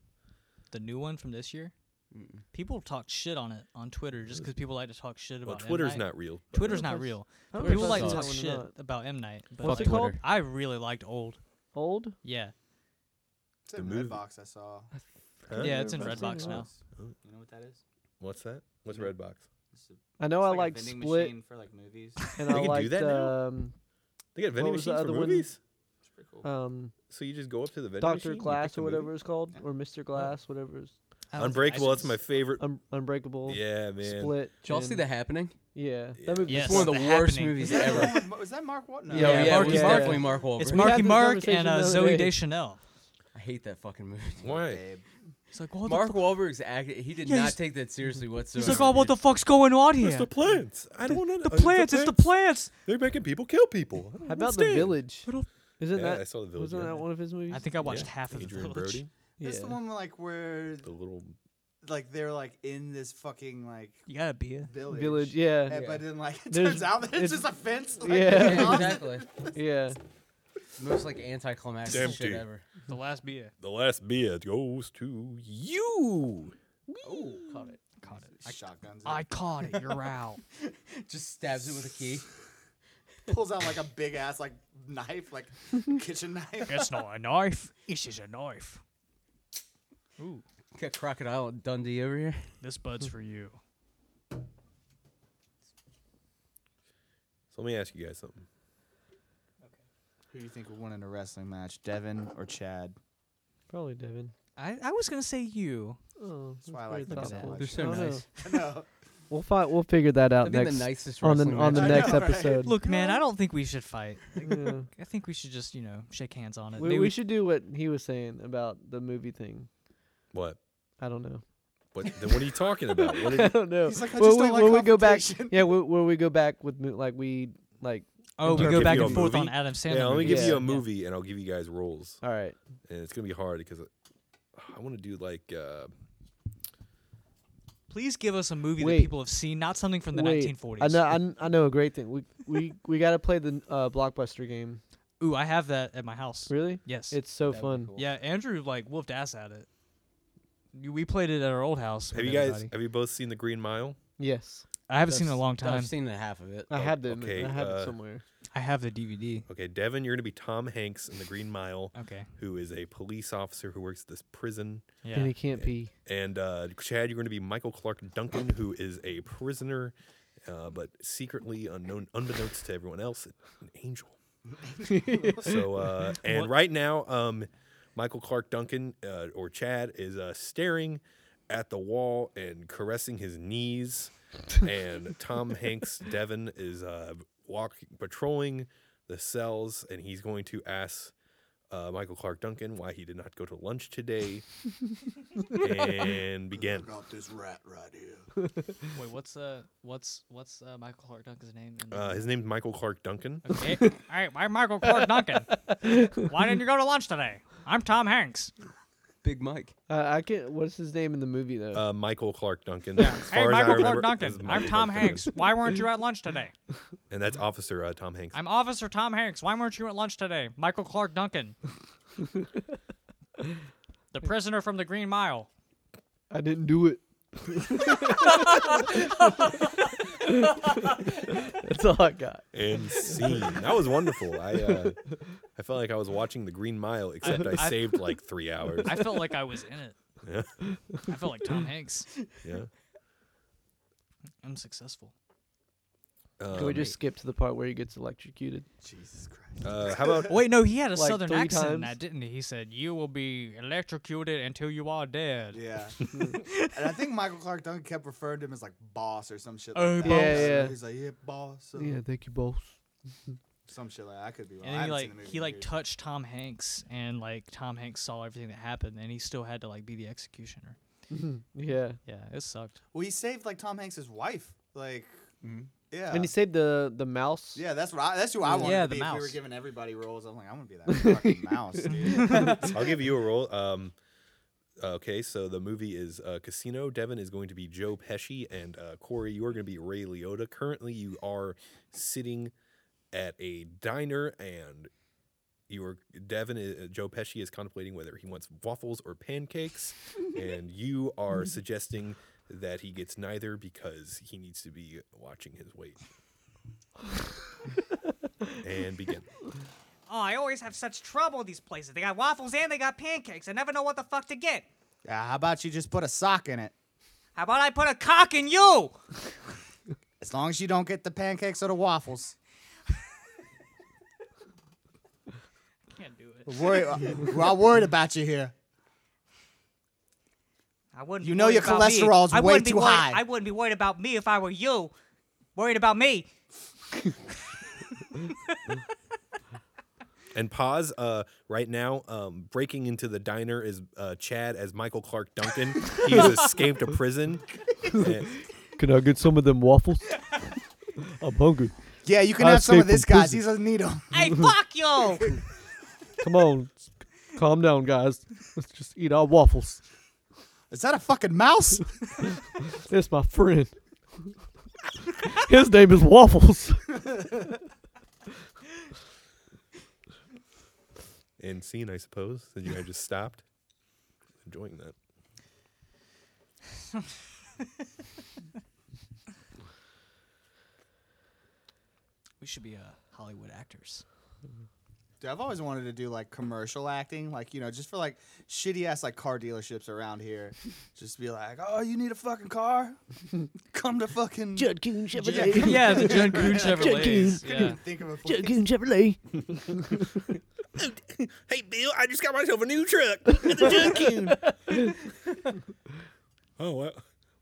C: the new one from this year?
E: Mm-mm.
C: People talked shit on it on Twitter just because people like to talk shit
A: Well,
C: about. M.
A: Twitter's
C: Night.
A: not real. but-
C: Twitter's
D: know if
C: not
D: I-
C: real.
D: I don't know
C: People
D: if
C: like
D: I've
C: to
E: saw
C: talk
D: seen that
C: shit
D: one or not.
C: about M Night,
D: What's
C: but
D: it
E: Fuck
D: called?
E: Twitter.
C: I really liked Old.
D: Old?
C: Yeah,
B: It's in
A: movie.
B: Redbox I saw.
A: Huh?
C: yeah, it's in
D: Redbox
C: Redbox now.
A: Oh.
B: You know what that is?
A: What's that? What's
B: Yeah.
A: Redbox?
B: It's a-
D: I know
B: it's
D: I
B: like a
D: liked
B: vending
D: Split
B: machine for like movies.
D: and
A: They
D: I
A: can do
D: liked
A: that now?
D: um
A: They got vending
D: was the
A: machines for
D: other one?
A: movies.
B: It's pretty cool.
D: um
A: So you just go up to the vending machine.
D: Doctor
A: you
D: Glass
A: pick a
D: or
A: movie?
D: whatever it's called
B: Yeah.
D: or Mr. Glass whatever it's
C: I don't think I
A: Unbreakable.
C: should
A: That's my favorite.
D: Un- Unbreakable.
A: Yeah, man.
D: Split.
E: Did y'all see
D: and-
E: that happening?
D: Yeah.
A: Yeah.
D: That movie
C: Yes.
E: It's one of the,
C: The
E: worst
C: Happening.
E: movies
B: Is that the
E: ever.
B: one with Mar- was that Mark What? No.
D: Yeah,
E: yeah,
D: Mark
E: it was
D: Wahlberg.
E: definitely Mark Wahlberg.
C: It's
D: We had
C: Marky
D: this
C: Mark
D: conversation
C: and
D: the
C: uh,
D: other
C: Zoe
D: day.
C: Deschanel.
E: I hate that fucking movie.
A: Why?
B: Babe.
C: It's like, what
E: Mark
C: the
E: Wahlberg's act. He did
C: Yeah,
E: not
C: he's-
E: take that seriously
C: f-
E: whatsoever.
C: He's like, oh, what the fuck's going on
A: It's
C: here?
A: the plants. I don't want to.
C: The plants, it's the plants.
A: They're making people kill people. I don't
D: How about the
A: understand.
D: village?
C: Little
D: Isn't
A: yeah, I
D: that
A: saw the village.
D: wasn't that
A: Remember?
D: one of his movies?
C: I think I watched
A: Yeah,
C: half of
A: Adrian
C: the village.
A: Brody,
D: yeah.
B: That's the one like where
A: the little
B: like they're like in this fucking like
C: You gotta be a
B: village.
D: Village, yeah,
B: And- But then like it
D: There's-
B: turns out that it's,
D: it's-
B: just a fence. Like,
D: yeah.
E: Yeah, exactly.
D: yeah.
E: Most like anticlimactic
A: Damn
E: shit
A: dude.
E: ever.
C: the last beer.
A: the last beer goes to you.
E: Oh, caught it.
C: Caught it.
B: shotguns.
C: I
B: I
C: caught it. You're out.
E: Just stabs it with a key.
B: pulls out like a big ass like knife, like kitchen knife.
C: That's not a knife. This is a knife. Ooh,
E: Got crocodile Dundee over here.
C: this bud's for you.
A: So let me ask you guys something.
B: Who do you think would win in a wrestling match, Devin or Chad?
D: Probably Devin.
C: I, I was gonna say you.
D: Oh, that's
B: why I
D: very
B: like them so
D: thoughtful.
B: much.
E: They're so
D: I don't know.
E: nice.
B: no,
D: We'll fi- we'll figure that out
E: That'd be the
D: next
E: nicest
D: on the
E: wrestling
D: on the
E: match.
B: match. I
D: next
B: know, right?
D: episode.
C: Look, man, I don't think we should fight.
D: Yeah.
C: I think we should just you know shake hands on it.
D: we,
C: Maybe
D: we should do what he was saying about the movie thing.
A: What?
D: I don't know.
A: What? Then what are you talking about? What
D: I
A: did,
D: don't know.
B: he's like I
D: Will
B: just
D: we,
B: don't like
D: will we go back?
B: confrontation.
D: Yeah, will, will we go back with mo- like we like?
C: Oh, we
A: Give
C: go
A: you
C: back
A: a
C: and forth on
A: movie?
C: Adam Sandler.
A: yeah, let me give
D: Yeah.
A: you
D: Yeah.
A: a movie, and I'll give you guys roles.
D: All right.
A: and it's gonna be hard because I want to do like uh,
C: Please give us a movie
D: Wait.
C: that people have seen, not something from the
D: Wait,
C: 1940s.
D: I know. I, kn- I know a great thing. We we we gotta play the uh, blockbuster game.
C: Ooh, I have that at my house.
D: Really?
C: Yes.
D: It's so
E: That would be
D: fun.
E: cool.
C: yeah, Andrew like whooped ass at it. You- We played it at our old house.
A: have
C: with
A: you guys
C: everybody.
A: have you both seen the Green Mile?
D: Yes,
C: I haven't seen it in a
E: That's-
C: long time.
E: I've seen the half of it.
D: I
A: Oh,
D: have them.
A: okay,
D: I have
A: uh,
D: it somewhere.
C: I have the DVD.
A: Okay, Devin, you're gonna be Tom Hanks in the Green Mile,
C: Okay.
A: who is a police officer who works at this prison,
D: And
C: Yeah.
D: he can't pee.
A: and uh, Chad, you're gonna be Michael Clark Duncan, who is a prisoner, uh, but secretly unknown, unbeknownst to everyone else, an angel. so uh, and
C: What?
A: right now, um, Michael Clark Duncan uh, or Chad is uh, staring at the wall and caressing his knees, and Tom Hanks Devon is uh, walk patrolling the cells, and he's going to ask. Uh, Michael Clark Duncan, why he did not go to lunch today, and begin.
B: got this rat right here.
C: Wait, what's uh, what's what's uh, Michael Clark Duncan's name? in the-
A: Uh, his name's Michael Clark Duncan.
C: Okay. All right, I'm Michael Clark Duncan. Why didn't you go to lunch today? I'm Tom Hanks.
E: Big Mike.
D: Uh, I can't. What's his name in the movie though?
A: Uh, Michael Clark Duncan. As
C: Hey,
A: far as I
C: Michael Clark
A: remember,
C: Duncan.
A: is
C: I'm
A: Michael
C: Tom
A: Clark Duncan.
C: Hanks. Why weren't you at lunch today?
A: and that's Officer uh, Tom Hanks.
C: I'm Officer Tom Hanks. Why weren't you at lunch today? Michael Clark Duncan. the prisoner from the Green Mile.
D: I didn't do it. That's all I got.
A: and scene. That was wonderful. I uh, I felt like I was watching The Green Mile, except I,
C: I-
A: saved like three hours.
C: I felt like I was in it.
A: yeah,
C: I felt like Tom Hanks.
A: yeah.
C: I'm successful.
D: Can we
A: Um,
D: just skip to the part where he gets electrocuted?
B: Jesus Christ.
A: uh, how about
C: Wait, no, he had a
D: Like
C: southern
D: three
C: accent in
D: times?
C: that, didn't he? He said, You will be electrocuted until you are dead.
B: Yeah. and I think Michael Clark Duncan kept referring to him as like boss or some shit. Like
C: Oh,
B: that.
C: boss.
D: Yeah, yeah.
B: He's like, yeah, boss. or
D: Yeah, thank you, boss.
B: Some shit like that. I could be wrong. I
C: And
B: haven't
C: then he
B: seen
C: like
B: the movie
C: he
B: in
C: like
B: years.
C: touched Tom Hanks and like Tom Hanks saw everything that happened and he still had to like be the executioner.
D: Yeah.
C: Yeah, it sucked.
B: well, he saved like Tom Hanks' wife. Like, yeah.
D: And he saved the the mouse.
B: yeah, that's what I, that's who I wanted
C: Yeah,
B: to
C: the
B: be. If we were
C: mouse.
B: giving everybody roles, I'm like, I'm gonna be that fucking mouse, dude.
A: I'll give you a role. Um, okay, so the movie is uh, Casino. Devin is going to be Joe Pesci, and uh, Corey, you are going to be Ray Liotta. Currently, you are sitting at a diner, and you are Devin. i- uh, Joe Pesci is contemplating whether he wants waffles or pancakes, and you are suggesting that he gets neither because he needs to be watching his weight. and begin.
G: Oh, I always have such trouble with these places. They got waffles and they got pancakes. I never know what the fuck to get.
B: yeah, how about you just put a sock in it?
G: How about I put a cock in you?
B: As long as you don't get the pancakes or the waffles.
C: Can't do it.
B: We're worried, we're all worried about you here.
G: I wouldn't.
B: You know
G: worry
B: your
G: about me.
B: cholesterol's
G: I
B: way
G: wouldn't be
B: too
G: worried-
B: high.
G: I wouldn't be worried about me if I were you. Worried about me?
A: And pause uh, right now. Um, breaking into the diner is uh, Chad as Michael Clark Duncan. he has escaped a prison. And-
D: Can I get some of them waffles? I'm hungry.
B: Yeah, you can
D: I
B: have some of
D: escaped
B: this
D: from
B: guy's. He
D: prison.
B: doesn't need them.
G: hey, fuck you!
D: Come on, s- calm down, guys. Let's just eat our waffles.
B: Is that a fucking mouse?
D: That's my friend. His name is Waffles.
A: And scene, I suppose. And you guys just stopped. Enjoying that.
C: We should be uh, Hollywood actors.
B: Dude, I've always wanted to do like commercial acting, like you know, just for like shitty ass like car dealerships around here. Just be like, oh, you need a fucking car? Come to fucking.
F: Judd Coon
B: Chevrolet.
F: Chevrolet.
C: yeah, the Jun Coon Chevrolets.
B: Couldn't
C: Yeah.
B: even think of a
F: Judd
B: fucking.
F: Coon Chevrolet.
A: Hey, Bill, I just got myself a new truck. It's a Junkoon.
H: Oh, well,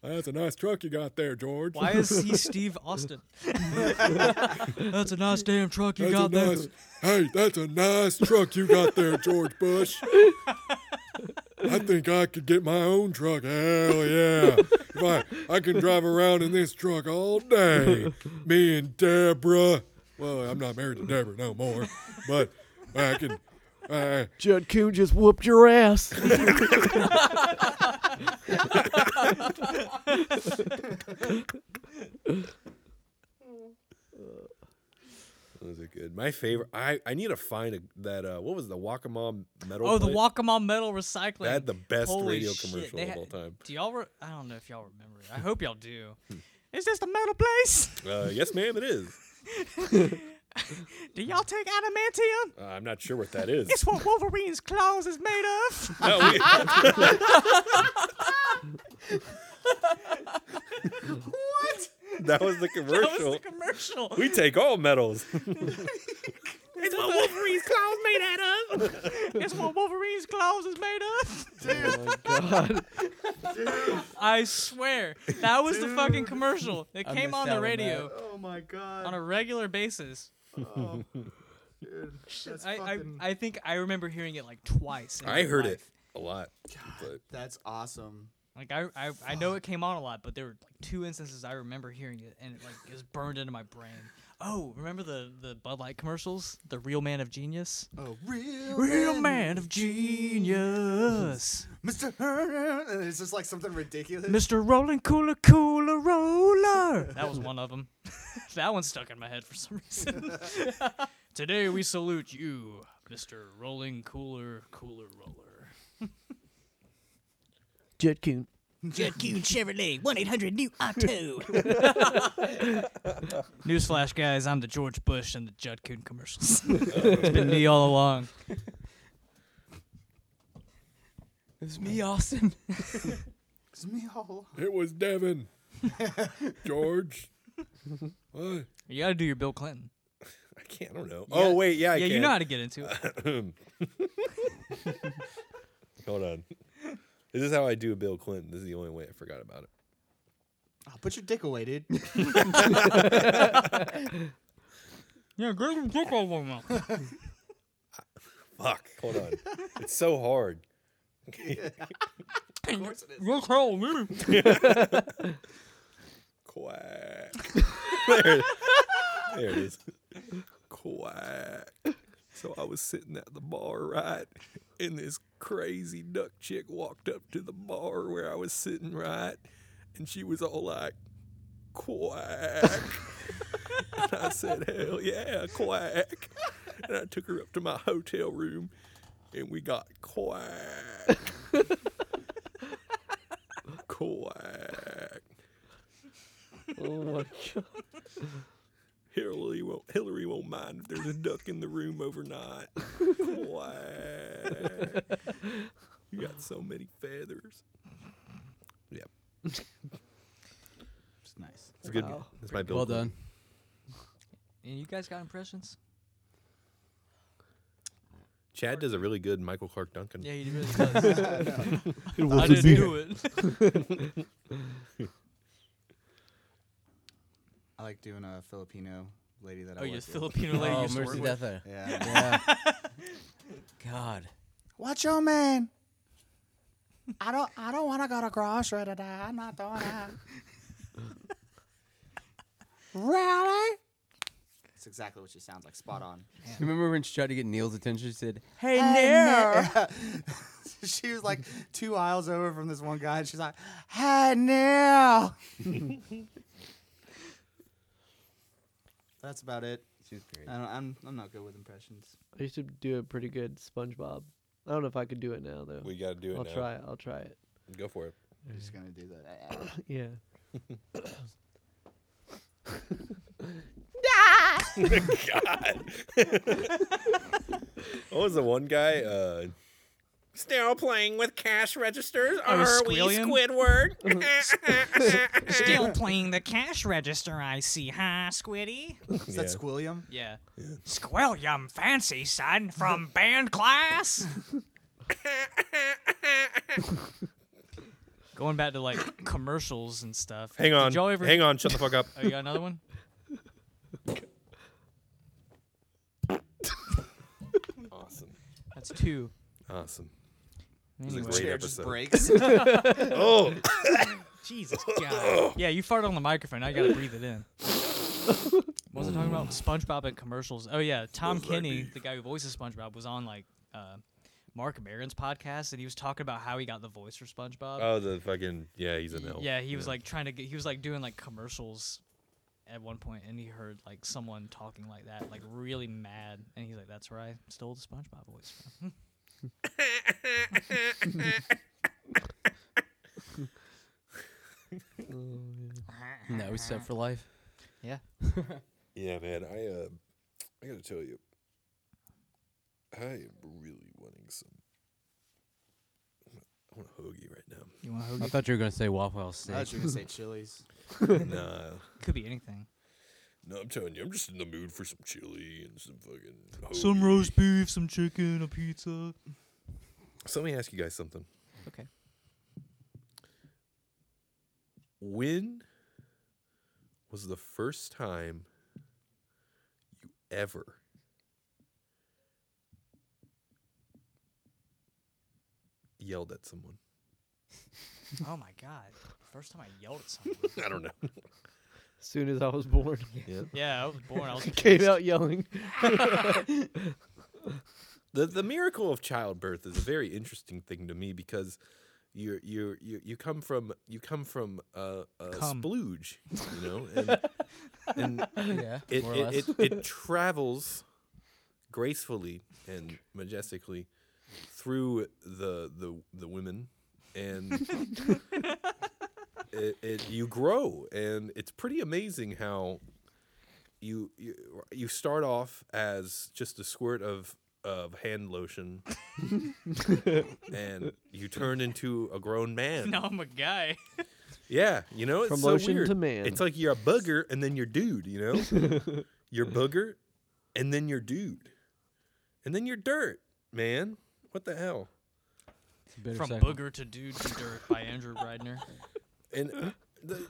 H: that's a nice truck you got there, George.
C: Why is he Steve Austin? That's a nice damn truck you
H: That's
C: got
H: a
C: there.
H: nice, hey, that's a nice truck you got there, George Bush. I think I could get my own truck. Hell yeah. If I, I can drive around in this truck all day. Me and Deborah. Well, I'm not married to Deborah no more, but I can. Uh,
D: Judd Coon just whooped your ass.
A: Those are good. My favorite. I, I need to find a, that. Uh, what was the Waccamaw metal?
C: Oh, the
A: plate?
C: Walk 'em on Metal Recycling.
A: They had the best
C: Holy
A: radio
C: shit,
A: commercial
C: they
A: of
C: had-
A: all time.
C: Do y'all? Re- I don't know if y'all remember it. I hope y'all do. Is this the metal place?
A: Uh, yes, ma'am, it is.
G: Do y'all take adamantium?
A: Uh, I'm not sure what that is.
G: It's what Wolverine's claws is made of.
A: No, we-
G: What?
A: that was the
G: That was
A: commercial.
G: the commercial.
A: we take all metals.
G: It's what Wolverine's claws made out of. It's what Wolverine's claws is made of.
D: oh my god.
A: Oh,
C: I swear that was the fucking commercial that
E: I
C: came
E: missed
C: on
E: out
C: the
E: on that.
C: radio
B: Oh my
C: on,
B: god.
C: a regular basis.
B: Oh, dude, that's
C: I, I,
B: fucking-
C: I think I remember hearing it like twice. in
A: I
C: my
A: heard
C: life.
A: it a lot. But
B: That's awesome.
C: Like I, I, I know it came on a lot, but there were like two instances I remember hearing it, and it like is burned into my brain. Oh, remember the the Bud Light commercials? The Real Man of Genius.
B: Oh, real,
C: Real Man of Genius,
B: Mr. Herman. And it's just like something ridiculous.
C: Mr. Rolling Cooler Cooler Roller. That was one of them. that one stuck in my head for some reason. Today we salute you, Mr. Rolling Cooler Cooler Roller.
D: Judd Coon.
G: Jet Coon Chevrolet, 1 800 new auto.
C: Newsflash, guys! I'm the George Bush and the Judd Coon commercials. it's been me all along.
E: It's me, Austin.
B: It's me all.
H: it was Devin. George. What?
C: You gotta do your Bill Clinton.
A: I can't. I don't know. Oh wait, yeah. I
C: yeah,
A: can.
C: you know how to get into it.
A: Hold on. This is how I do Bill Clinton. This is the only way I forgot about it.
B: Oh, put your dick away, dude.
C: yeah, get your dick all warm up.
A: Fuck. Hold on. it's so hard.
C: You'll tell me.
A: Quack. there, it, there it is. Quack. So I was sitting at the bar, right? And this crazy duck chick walked up to the bar where I was sitting, right? And she was all like, quack. and I said, hell yeah, quack. And I took her up to my hotel room and we got quack. quack.
D: Oh my god.
A: Hillary won't Hillary won't mind if there's a duck in the room overnight. Quack. you got so many feathers. Yep.
B: It's nice.
A: It's good.
D: Wow.
A: That's my Bill
E: Well
A: Clinton.
E: done.
C: And you guys got impressions?
A: Chad does a really good Michael Clark Duncan.
C: Yeah, he really does.
D: It
C: I
D: was
C: didn't do it.
B: I like doing a Filipino lady that I
C: Oh,
B: work
C: your
B: with.
C: Filipino lady
E: oh,
C: used to work
E: mercy
C: with.
E: death. there.
B: Yeah.
E: Yeah. God.
B: Watch your man. I don't. I don't want to go to grocery today. I'm not doing that. really? That's exactly what she sounds like. Spot on.
E: Remember when she tried to get Neil's attention? She said,
G: Hey, Nair.
B: she was like two aisles over from this one guy, and she's like, "Hi, Neil." That's about it.
E: she was great.
B: I don't, I'm I'm not good with impressions.
D: I used to do a pretty good SpongeBob. I don't know if I could do it now though.
A: We got to do it
D: I'll
A: now.
D: try it. I'll try it.
A: Go for it.
B: I'm just gonna do that.
D: Yeah.
A: What was the one guy? Uh, Still playing with cash registers?
C: Oh, Squillion?
A: Squidward?
G: Still playing the cash register, I see, huh, Squiddy?
B: Is that Squilliam?
C: Yeah.
G: Squilliam Fancy, son, from band class?
C: Going back to like commercials and stuff.
A: Hang on.
C: Did y'all ever?
A: Hang on. Shut the fuck up.
C: Oh, you got another one?
A: Awesome.
C: That's two.
A: Awesome. a
C: Anyway.
A: Great
B: Chair just
A: episode.
B: breaks.
A: Oh,
C: Jesus God. Yeah, you farted on the microphone. Now you gotta breathe it in. Wasn't talking about SpongeBob and commercials. Oh yeah, Tom Kenny, the guy who voices SpongeBob, was on like uh, Mark Maron's podcast, and he was talking about how he got the voice for SpongeBob.
A: oh, the fucking yeah. He's an elf.
C: yeah, he was like trying to get. He was like doing like commercials at one point, and he heard like someone talking like that, like really mad, and he's like, "That's where I stole the SpongeBob voice from."
E: Now he's set for life.
A: Yeah, man. I uh, I gotta tell you, I am really wanting some. I want a hoagie right now.
C: You want a
E: I
C: hoagie?
E: thought you were going to say Waffle House
B: I thought
E: steak.
B: you were gonna say Chili's.
A: nah,
C: Could be anything.
A: no, I'm telling you, I'm just in the mood for some chili and some fucking. Hoagie.
C: Some roast beef, some chicken, a pizza.
A: So let me ask you guys something.
C: Okay.
A: When was the first time you ever yelled at someone?
C: Oh my god! First time I yelled at someone.
A: I don't know.
D: As soon as I was born,
C: yeah, I was born. I was
D: came out yelling.
A: the the miracle of childbirth is a very interesting thing to me because you you you you come from you come from a, a
C: Come.
A: splooge, you know, and, and
E: yeah,
A: it,
E: more or less.
A: it, it, it travels gracefully and majestically through the the the women and it, it you grow and it's pretty amazing how you you, you start off as just a squirt of of hand lotion and you turn into a grown man
C: No, I'm a guy.
A: yeah, you know, it's
D: From
A: so
D: lotion
A: weird.
D: to man.
A: It's like you're a booger and then you're dude, you know? you're booger and then you're dude. And then you're dirt, man. What the hell?
E: Bitter
C: From
E: cycle.
C: Booger to Dude to Dirt by Andrew Breitner.
A: And the,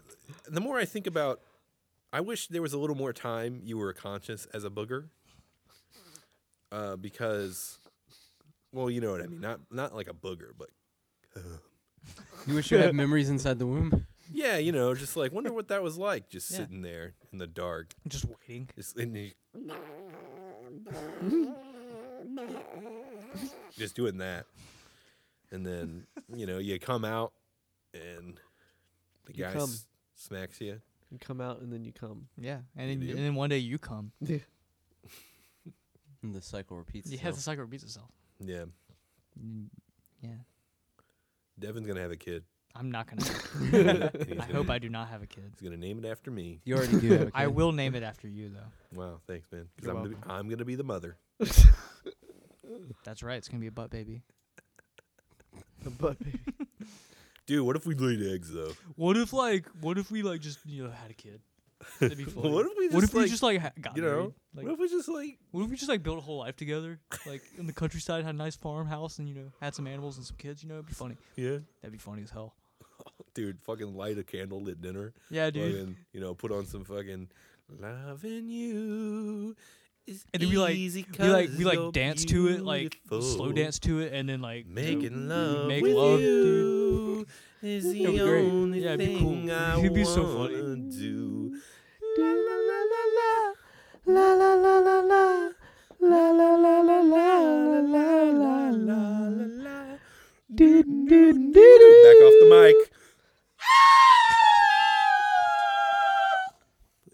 A: the more I think about I wish there was a little more time you were conscious as a booger. Uh, because well, you know what I mean. Not not like a booger, but
E: You wish you had memories inside the womb?
A: yeah, you know, just like wonder what that was like just
C: Yeah.
A: sitting there in the dark.
C: Just waiting.
A: Just, and he- just doing that. And then, you know, you come out and the
D: You
A: guy
D: come.
A: s- smacks you.
D: You come out and then you come.
C: Yeah, and then,
A: do.
C: and then one day you come.
E: And the cycle repeats.
C: Yeah, the
E: itself.
C: cycle repeats itself.
A: Yeah.
C: Mm, Yeah,
A: Devin's going to have a kid.
C: I'm not gonna.
A: and he's
C: I
A: gonna,
C: hope I do not have a kid.
A: He's going to name it after me.
E: You already do. Have a
C: I
E: kid.
C: will name it after you though.
A: Wow. Thanks, man. Because
C: You're
A: I'm, gonna be- I'm going to be the mother.
C: That's right. It's gonna be a butt baby.
D: A butt baby.
A: Dude, what if we laid eggs, though?
C: What if like? What if we like just you know had a kid? That'd be funny.
A: What if we
C: what
A: just,
C: if we
A: like,
C: just like ha- got
A: you
C: married?
A: know,
C: Like,
A: what if we just like.
C: what if we just like built a whole life together, like in the countryside, had a nice farmhouse, and you know had some animals and some kids. You know, it'd be funny.
A: Yeah.
C: That'd be funny as hell.
A: Dude, fucking light a candle at dinner.
C: Yeah, dude.
A: Fucking, you know, put on some fucking loving you. Is
C: And then we like
A: easy
C: we like
A: 'cause
C: we like
A: you're
C: dance to it, like slow
A: beautiful.
C: dance to it, and then like you know,
A: Making love,
C: make
A: with
C: love,
A: you
C: dude.
A: is the
C: It'd be great.
A: only
C: Yeah, it'd be cool.
A: thing I
C: It'd be so
A: wanna
C: funny.
A: do.
D: La la la la la. La la la la la la la la la. Do do do do.
A: Back off the mic.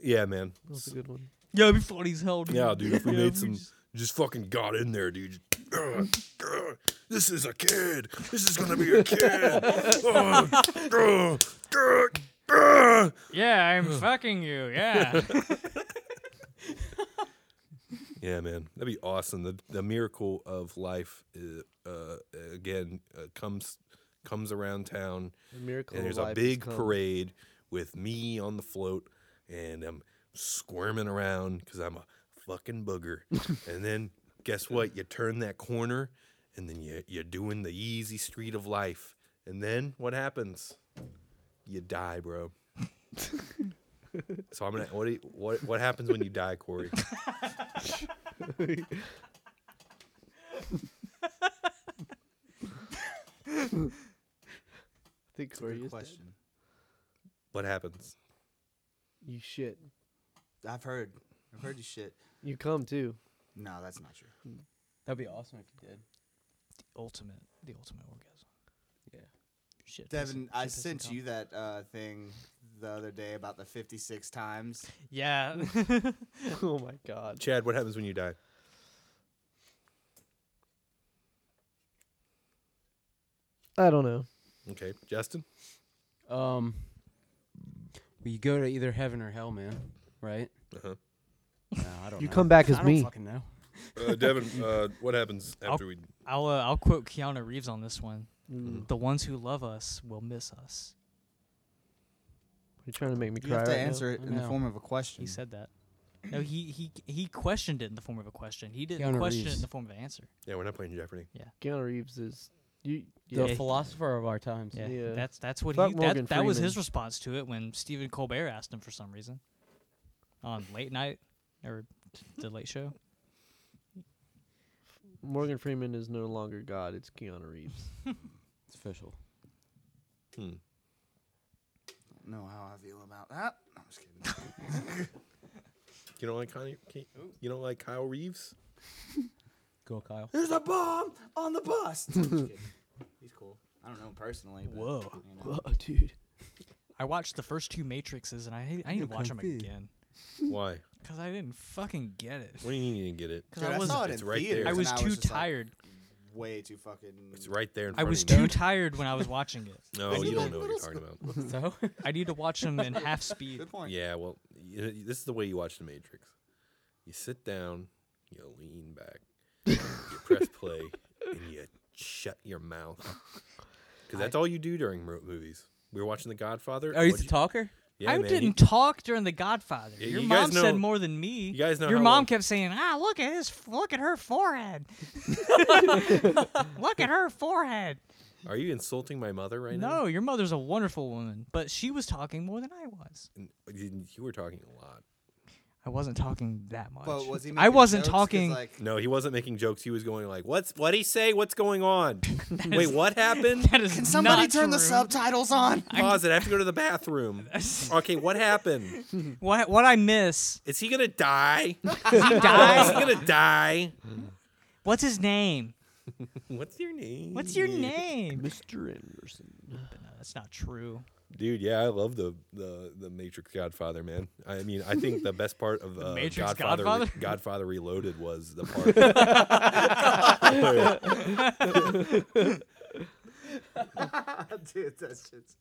A: yeah, man.
D: That's a good one.
C: Yeah, it'd be funny as hell. Dude.
A: Yeah, dude. If we
C: Yeah,
A: made
C: we
A: some,
C: just-
A: just fucking got in there, dude. this is a kid. This is gonna be a kid. Uh, uh, uh, uh.
C: Yeah, I'm fucking you. Yeah.
A: Yeah, man, that'd be awesome. The the miracle of life, uh, uh, again, uh, comes comes around town,
D: The miracle
A: and
D: of
A: there's
D: life
A: a
D: has
A: big
D: come.
A: parade with me on the float, and I'm squirming around because I'm a fucking booger. and then guess what? You turn that corner, and then you you're doing the easy street of life, and then what happens? You die, bro. so I'm gonna what, do you, what what happens when you die, Corey?
D: I think
B: Good
D: Corey is dead.
B: question.
A: What happens?
D: You shit.
B: I've heard. I've heard you shit.
D: You come too.
B: No, that's not true.
E: That'd be awesome if you did.
C: ultimate, the ultimate orgasm.
E: Yeah.
C: Shit.
B: Devin, I sent you that uh, thing the other day about the 56 times.
C: Yeah.
D: Oh my god.
A: Chad, what happens when you die?
D: I don't know.
A: Okay, Justin.
E: Um, well, you go to either heaven or hell, man. Right?
A: Uh-huh.
E: No, I don't.
D: You
E: know.
D: come back as
E: I
D: me.
E: Don't fucking know.
A: Uh, Devin, uh, what happens after we?
C: I'll uh, I'll quote Keanu Reeves on this one.
D: Mm.
C: The ones who love us will miss us.
D: You're trying to make me
B: You
D: cry.
B: have to
D: right now?
B: answer it
E: I
B: in the
E: know.
B: form of a question.
C: He said that. No, he he he questioned it in the form of a question. He didn't
E: Keanu
C: question it
E: Reeves.
C: in the form of an answer.
A: Yeah, we're not playing Jeopardy.
D: Keanu Reeves is you.
E: The
C: Yeah.
E: philosopher of our times.
C: Yeah,
D: Yeah.
C: that's that's what
D: Fuck
C: he
D: Morgan
C: that, that was his
D: Freeman.
C: response to it when Stephen Colbert asked him for some reason on late night or t- the late show.
D: Morgan Freeman is no longer God. It's Keanu Reeves.
E: It's official.
A: Hmm.
B: know how I feel about that. I'm just kidding.
A: You don't like Connie, Ke- You don't like Kyle Reeves?
E: Go, Kyle.
B: There's a bomb on the bus. I'm just kidding. He's cool. I don't know him personally. But,
C: Whoa.
B: you know.
D: Whoa, dude.
C: I watched the first two Matrixes and I hate- I need to watch them again
A: Why?
C: because I didn't fucking get it.
A: What do you mean you didn't get it?
C: 'Cause
B: Dude,
C: I
B: I
C: was
B: saw it
A: It's
B: in
A: right
B: theaters,
A: there.
C: I
B: and
C: was
B: I
C: too
B: just, like,
C: tired.
B: way too fucking.
A: It's right there in
C: I
A: front
C: was
A: of
C: too
A: you.
C: tired when I was watching it.
A: No, you don't know what you're talking about.
E: So
C: I need to watch them in half speed.
B: Good point.
A: Yeah, well, y y- this is the way you watch The Matrix. You sit down, you lean back, you press play, and you shut your mouth. Because that's all you do during mo- movies. We were watching The Godfather.
E: are you
A: what'd
E: the talker?
A: Yeah,
C: I
A: man, you-
C: didn't talk during The Godfather.
A: Yeah,
C: Your
A: you
C: mom
A: guys know-
C: said more than me.
A: you guys know
C: Your
A: how
C: mom
A: long-
C: kept saying, "Ah, look at his, look at her forehead, look at her forehead."
A: Are you insulting my mother right now?
C: No, your mother's a wonderful woman, but she was talking more than I was.
A: N- You you were talking a lot.
C: I wasn't talking that much.
B: But was he
C: I
B: making
C: wasn't
B: jokes? 'Cause,
C: talking.
B: Like,
A: No, he wasn't making jokes. He was going like, "What's what he say? What's going on? Wait, what happened?
C: that is
B: Can somebody
C: not
B: turn the
C: true.
B: subtitles on?
A: Pause it. I have to go to the bathroom. Okay, what happened?
C: What what I miss?
A: Is he gonna die? Is he
C: Die.
A: gonna die?
C: What's his name?
A: What's your name?
C: What's your name?
D: Mr. Anderson.
C: But no, that's not true.
A: Dude, yeah, I love the the the Matrix Godfather, man. I mean, I think the best part of uh,
C: Matrix
A: Godfather
C: Godfather?
A: Godfather Reloaded was the part.
B: Dude, that shit's.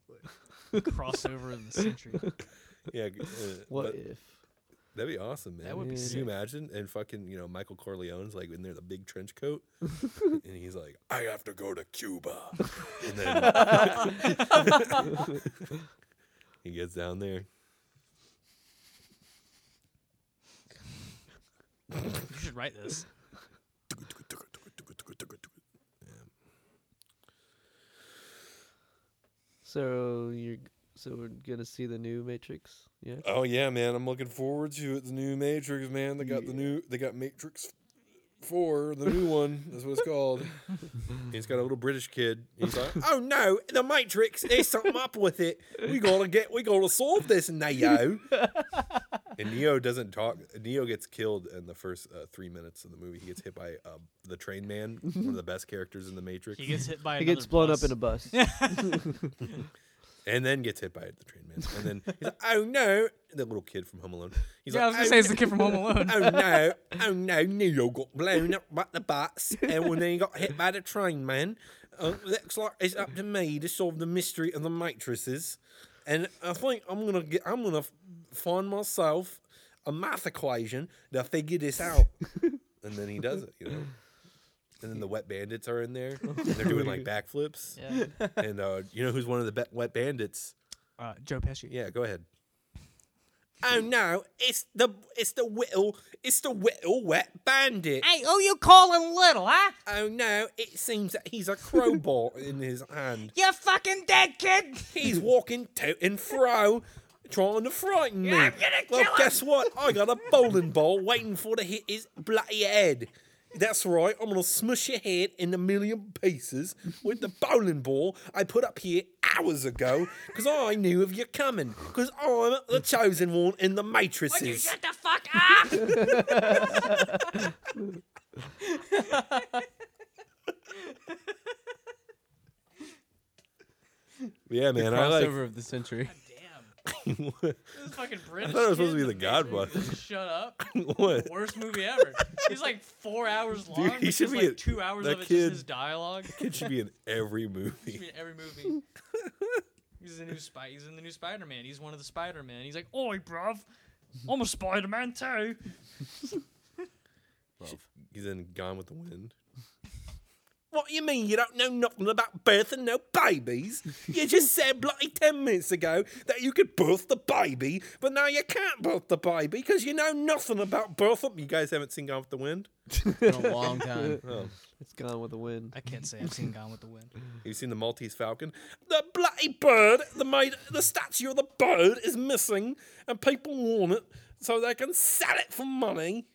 C: Crossover of the century.
A: yeah, g- uh,
D: What
A: but
D: if?
A: that'd be awesome, man.
C: That would be
A: Can
C: sick.
A: you imagine? And fucking, you know, Michael Corleone's like in there, the big trench coat, and he's like,
H: I have to go to Cuba.
A: and then he gets down there.
C: You should write this.
D: So you're so we're gonna see the new Matrix. Yeah.
C: Uh,
A: Oh yeah, man! I'm looking forward to it. The new Matrix, man. They got the new. They got Matrix Four, the new one. That's what it's called. and he's got a little British kid. and He's like, "Oh no, the Matrix! There's something up with it. We gotta get. We gotta solve this now." and
F: And Neo doesn't talk. Neo gets killed in the first uh, three minutes of the movie. He gets hit by uh, the train man, one of the best characters in the Matrix,
C: He gets hit by.
D: He gets blown up in a bus.
F: and then gets hit by the train man. And then he's like, "Oh no!" The little kid from Home Alone. He's
C: Yeah, I was
F: like,
C: gonna
F: "Oh,
C: say it's the
F: no."
C: kid from Home Alone.
F: oh no, oh no, Neo got blown up by the bus, and when he got hit by the train man, uh, looks like it's up to me to solve the mystery of the matrices, and I think I'm gonna get, I'm gonna f- find myself a math equation to figure this out, and then he does it, you know. And then the wet bandits are in there, and they're doing like backflips,
C: Yeah.
F: and uh, you know who's one of the be- wet bandits?
C: Uh, Joe Pesci.
F: Yeah, go ahead. Oh no, it's the it's the whittle it's the whittle wet bandit.
G: Hey, who you calling little, huh?
F: Oh no, it seems that he's a crowbar in his hand.
G: You're fucking dead, kid.
F: He's walking to and fro trying to frighten me.
G: I'm gonna
F: well
G: kill him.
F: guess what? I got a bowling ball waiting for to hit his bloody head. That's right, I'm gonna smush your head in a million pieces with the bowling ball I put up here hours ago because I knew of you coming. Because I'm the chosen one in the matrices.
G: Would you shut the fuck up?
F: Yeah,
A: The
F: man. I like.
A: crossover of the century.
C: Damn.
F: what?
C: This is fucking British.
F: thought it was
C: kid
F: supposed to be
C: in
F: The
C: basement
F: Godfather.
C: just Shut up.
F: what?
C: Worst movie ever. He's like four hours long.
F: he
C: but
F: should
C: just
F: be
C: like
F: a-
C: two hours
F: that
C: of it
F: kid-
C: just his dialogue.
F: Kid should be in every
C: He's
F: movie.
C: in every movie. he's the new spy. He's in the new Spider Man. He's one of the Spider Man. He's like, oi, bruv, I'm a Spider Man too.
F: He's in Gone with the Wind. What you mean you don't know nothing about birthing no babies? You just said bloody ten minutes ago that you could birth the baby, but now you can't birth the baby because you know nothing about birth. Oh, You guys haven't seen Gone with the Wind?
A: It's been a long time.
F: Oh.
D: It's gone with the wind.
C: I can't say I've seen Gone with the Wind.
F: You've seen the Maltese Falcon? The bloody bird, the made, the statue of the bird is missing, and people want it so they can sell it for money.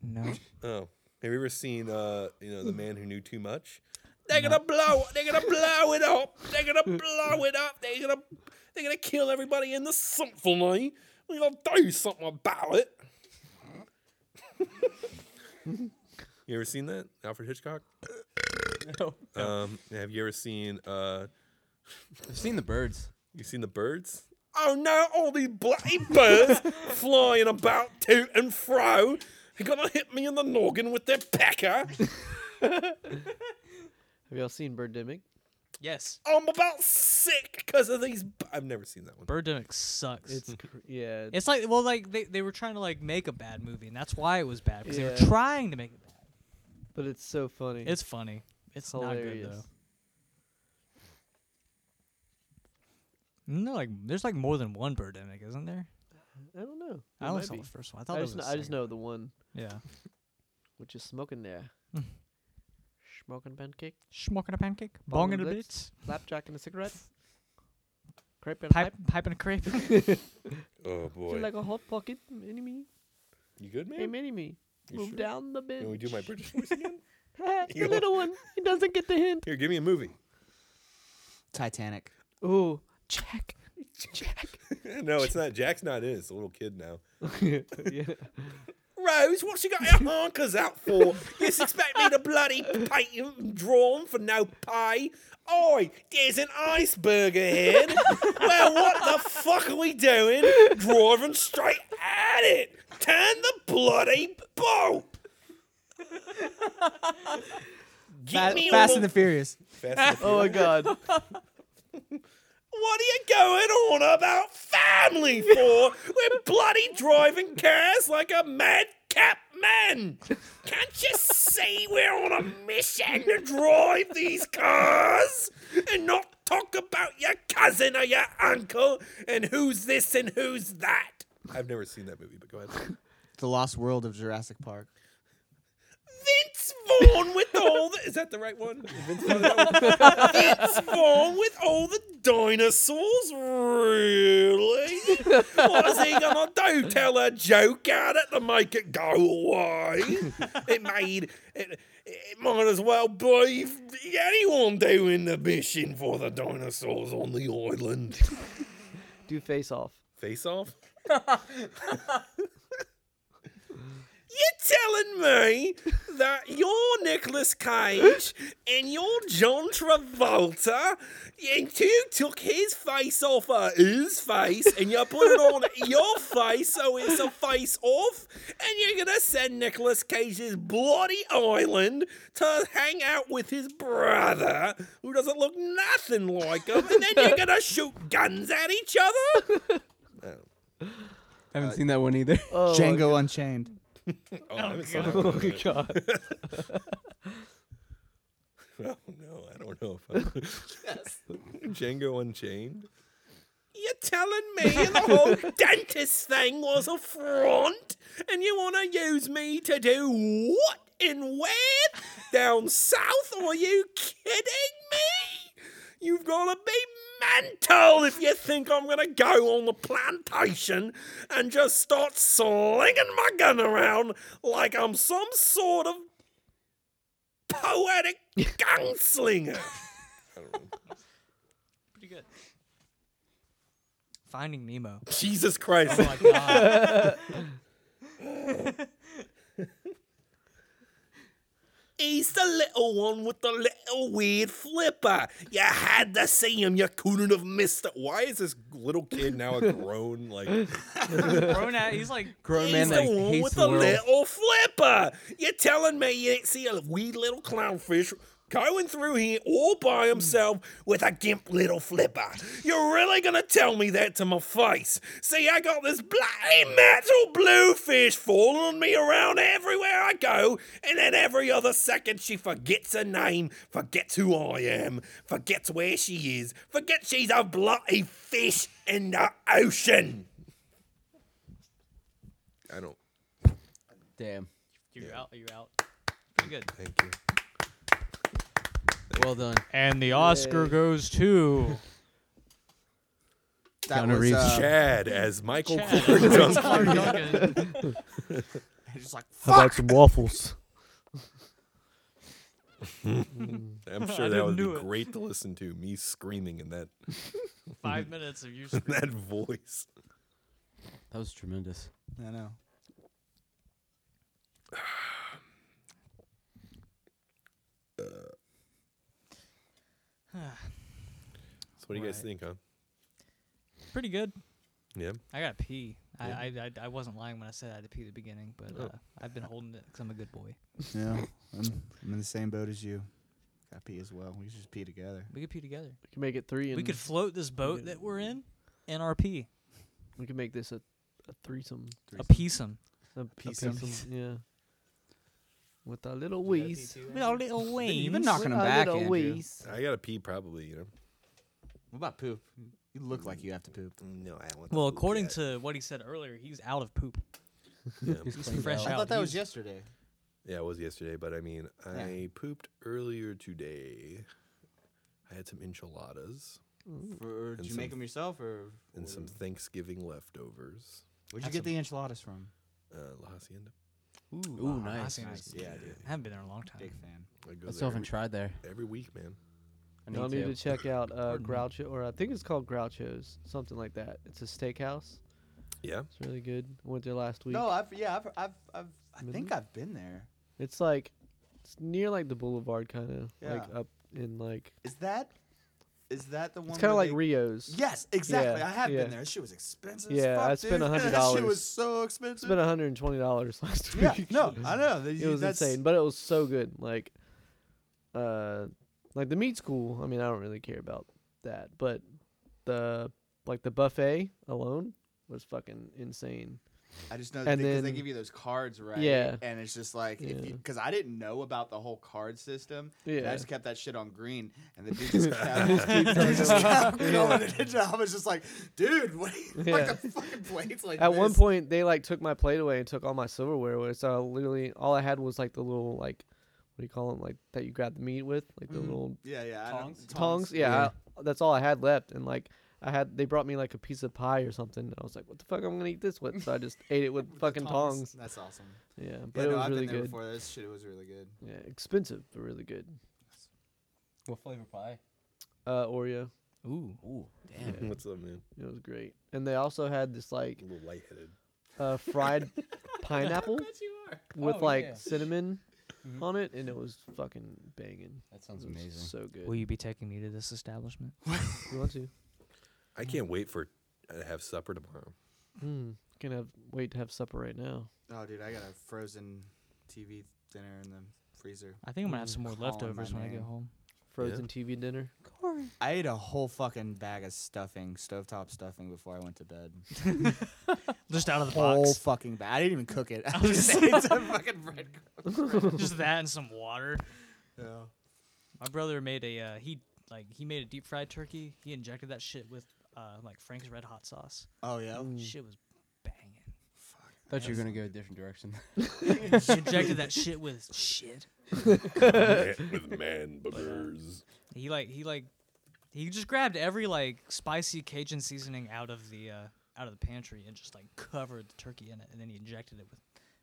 C: No.
F: Oh, have you ever seen uh, you know, the man who knew too much? They're gonna blow. They're gonna blow it up. They're gonna blow it up. They're gonna they're gonna kill everybody in the symphony. We gotta do something about it. you ever seen that Alfred Hitchcock? No. Um, have you ever seen uh,
A: I've seen the birds.
F: you seen the birds? Oh no, all these bloody birds flying about to and fro. They're gonna hit me in the noggin with their pecker.
D: Have y'all seen Birdemic?
C: Yes.
F: I'm about sick because of these. b- I've never seen that one.
C: Birdemic sucks. It's,
D: It's cr- yeah. It's,
C: it's like, well, like they, they were trying to like make a bad movie, and that's why it was bad because they
D: Yeah.
C: were trying to make it bad.
D: but it's so funny.
C: It's funny. It's
D: hilarious.
C: not good though. No, like there's like more than one Birdemic, isn't there?
D: I don't know.
C: I
D: It
C: only
D: might
C: saw
D: be.
C: the first one. I
D: I,
C: thought it was the
D: just know, I just
C: second.
D: know the one
C: Yeah.
D: which is smoking there.
C: Hmm.
D: smoking pancake,
C: Smoking a pancake,
D: Bong
C: bong in a
D: and
C: bit,
D: flapjack and a cigarette, crepe and
C: pipe,
D: pipe.
C: pipe and a crepe.
F: Oh
D: Feel
F: boy,
D: like a hot pocket, mini me,
F: you good,
D: hey
F: man?
D: mini me.
F: You
D: Move
F: sure?
D: down the bed.
F: Can we do my British voice again?
D: the
F: You-
D: little one. He doesn't get the hint.
F: Here, give me a movie.
B: Titanic.
D: Ooh, Jack. Jack.
F: no, it's not. Jack's not in. it. It's a little kid now.
D: yeah.
F: Rose, what's you got your honkers out for? You expect me to bloody paint and drawn for no pay? Oi, there's an iceberg ahead. well, what the fuck are we doing? Driving straight at it. Turn the bloody boat. Get me
A: Fast
F: all
A: and the Furious.
F: Fast and the
D: Oh my God.
F: What are you going on about family for? We're bloody driving cars like a madcap man. Can't you see we're on a mission to drive these cars and not talk about your cousin or your uncle and who's this and who's that? I've never seen that movie, but go ahead.
B: The Lost World of Jurassic Park.
F: Vince Vaughn with all the is that the right one? Is Vince, Vaughn that one? Vince Vaughn with all the dinosaurs, really? What is he gonna do? Tell a joke at it to make it go away? It made it. It might as well be anyone doing the mission for the dinosaurs on the island.
D: Do face off.
F: Face off. You're telling me that you're Nicolas Cage and you're John Travolta and you took his face off of his face and you put it on your face so it's a face off and you're gonna send Nicolas Cage's bloody island to hang out with his brother who doesn't look nothing like him and then you're gonna shoot guns at each other?
A: I haven't seen that one either.
B: uh,
D: Oh,
B: Django Unchained.
F: Oh, I haven't seen that
D: Oh
F: one yet.
D: god.
F: Oh no, I don't know if I Django Unchained. You're telling me the whole dentist thing was a front, and you want to use me to do what and where down south? Are you kidding me? You've got to be mental if you think I'm going to go on the plantation and just start slinging my gun around like I'm some sort of poetic gunslinger. I don't know.
C: Pretty good. Finding Nemo.
F: Jesus Christ.
C: Oh my god.
F: He's the little one with the little weird flipper. You had to see him. You couldn't have missed it. Why is this little kid now a grown? Like
C: Grown at, he's like
A: Grown man
F: he's
A: that
F: the one
A: hates
F: with
A: the
F: the
A: world.
F: little flipper. You're telling me you ain't see a wee little clownfish going through here all by himself with a gimp little flipper? You're really gonna tell me that to my face? See, I got this bloody metal bluefish following me around everywhere I go, and then every other second she forgets her name, forgets who I am, forgets where she is, forgets she's a bloody fish in the ocean. I don't.
A: Damn.
C: you're out, you're out. Pretty good.
F: Thank you.
A: Well done.
C: And the Oscar goes to
B: That
A: Keanu
B: was
A: Reeves.
B: uh,
F: Chad as Michael
C: Um, Chad.
F: Corn Donkey.
C: Clark Duncan.
B: just like
D: How about some waffles?
F: I'm
C: I
F: sure that would be
C: didn't do it.
F: great to listen to. Me screaming in that
C: Five minutes of you.
F: in that voice.
A: That was tremendous.
B: I know.
F: So what do you guys think, huh?
C: Pretty good.
F: Yeah.
C: I gotta pee. I, I, I I wasn't lying when I said I had to pee at the beginning, but uh, I've been holding it 'cause I'm a good boy.
B: Yeah, I'm, I'm in the same boat as you. I pee as well. We should just pee together.
C: We could pee together.
D: We can make it three. And
C: We could float this boat that we're in, and our pee.
D: we can make this a, a threesome.
C: A peesome.
D: A
B: Peesome.
D: peesome, Yeah. With a little wheeze.
C: Our little
B: You've
C: wings.
B: been knocking
D: With
B: them
D: a
B: back,
D: little
B: Andrew.
D: wheeze.
F: I gotta pee probably, you know.
B: What about poop? You look like you have to poop.
F: No, I want
C: Well, according to what he said earlier, he's out of poop.
F: yeah.
C: He's fresh out.
B: I thought that was
C: He's-
B: yesterday.
F: yeah, it was yesterday, but I mean I pooped earlier today. I had some enchiladas
B: For, or
F: And
B: did you make
F: some-
B: them yourself, or
F: and some Thanksgiving leftovers.
B: Where'd you
C: Had
B: get
C: some-
B: the enchiladas from?
F: Uh, La Hacienda.
A: Ooh,
C: wow, I
A: nice.
C: see those.
B: Yeah, dude.
C: I haven't been there in a long time.
B: Big fan.
F: I go
A: I still
F: there
A: haven't tried there.
F: every week, man.
A: I
D: Y'all
A: need to.
D: need to check out uh,
C: Pardon me.
D: Groucho, or I think it's called Groucho's, something like that. It's a steakhouse.
F: Yeah.
D: It's really good. Went there last week.
B: No, I've yeah, I've I've, I've I
D: Midland?
B: think I've been there.
D: It's like it's near like the boulevard, kind of like
B: Yeah.
D: up in like
B: Is that is that the one?
D: it's kind of
B: where
D: like
B: they-
D: Rio's.
B: Yes, exactly.
D: Yeah,
B: I have
D: yeah.
B: been there. That shit was expensive.
D: Yeah,
B: as fuck,
D: I spent
B: dude. That
D: $100.
B: shit was so
D: I
B: expensive.
D: spent 120 dollars last
B: yeah,
D: week.
B: no, I know.
D: it was
B: that's,
D: insane, but it was so good. Like, uh, like the meat's cool. I mean, I don't really care about that, but the like the buffet alone was fucking insane.
B: I just know
D: And
B: because they,
D: then-
B: give you those cards, right?
D: Yeah.
B: And it's just like,
D: Yeah.
B: because I didn't know about the whole card system. and
D: Yeah.
B: I just kept that shit on green, and the dude just kept, he just kept going. And I was just like, dude, what? Are you,
D: Yeah.
B: Like the fucking plates like
D: At one
B: this.
D: point, they like took my plate away and took all my silverware away. So I literally, all I had was like the little like, what do you call them? Like that you grab the meat with, like the
B: Mm-hmm.
D: little
B: Yeah, yeah. I don't-
C: Tongs?
D: tongs. Yeah, I- that's all I had left. And like I had, they brought me like a piece of pie or something. And I was like, what the fuck? I'm gonna eat this with. So I just ate it with fucking tongs.
B: That's awesome.
D: Yeah, but
B: Yeah,
D: it
B: no,
D: was
B: I've
D: really
B: been there
D: good.
B: before. This shit was really good.
D: Yeah, expensive but really good.
A: What flavor pie?
D: Uh, Oreo.
C: Ooh.
E: Ooh, damn.
A: What's up, man?
D: It was great. And they also had this like
A: A little lightheaded.
D: uh, fried pineapple
E: you are.
D: with
E: Oh,
D: like
E: yeah.
D: cinnamon
B: Mm-hmm.
D: on it, and it was fucking banging.
E: That sounds
D: It was
E: amazing.
D: So good.
C: Will you be taking me to this establishment?
D: You want to?
A: I can't wait for uh, to have supper tomorrow.
D: Hmm. Can have wait to have supper right now.
B: Oh, dude, I got a frozen TV dinner in the freezer.
C: I think I'm gonna have some more
B: Calling my
C: leftovers when I get
B: name.
C: home.
D: Frozen TV dinner.
B: I ate a whole fucking bag of stuffing, stovetop stuffing, before I went to bed.
C: Just out of the
B: Whole
C: box.
B: fucking bag. I didn't even cook it. I
C: was
B: just
C: gonna
B: ate some fucking bread.
C: Just that and some water.
B: Yeah.
C: My brother made a uh, he like he made a deep fried turkey. He injected that shit with uh, like Frank's red hot sauce.
B: Oh yeah.
C: Shit was banging.
E: Thought you were gonna go a different direction.
C: She injected that shit with shit.
H: with man boogers.
C: He like he like he just grabbed every like spicy Cajun seasoning out of the uh, out of the pantry and just like covered the turkey in it, and then he injected it with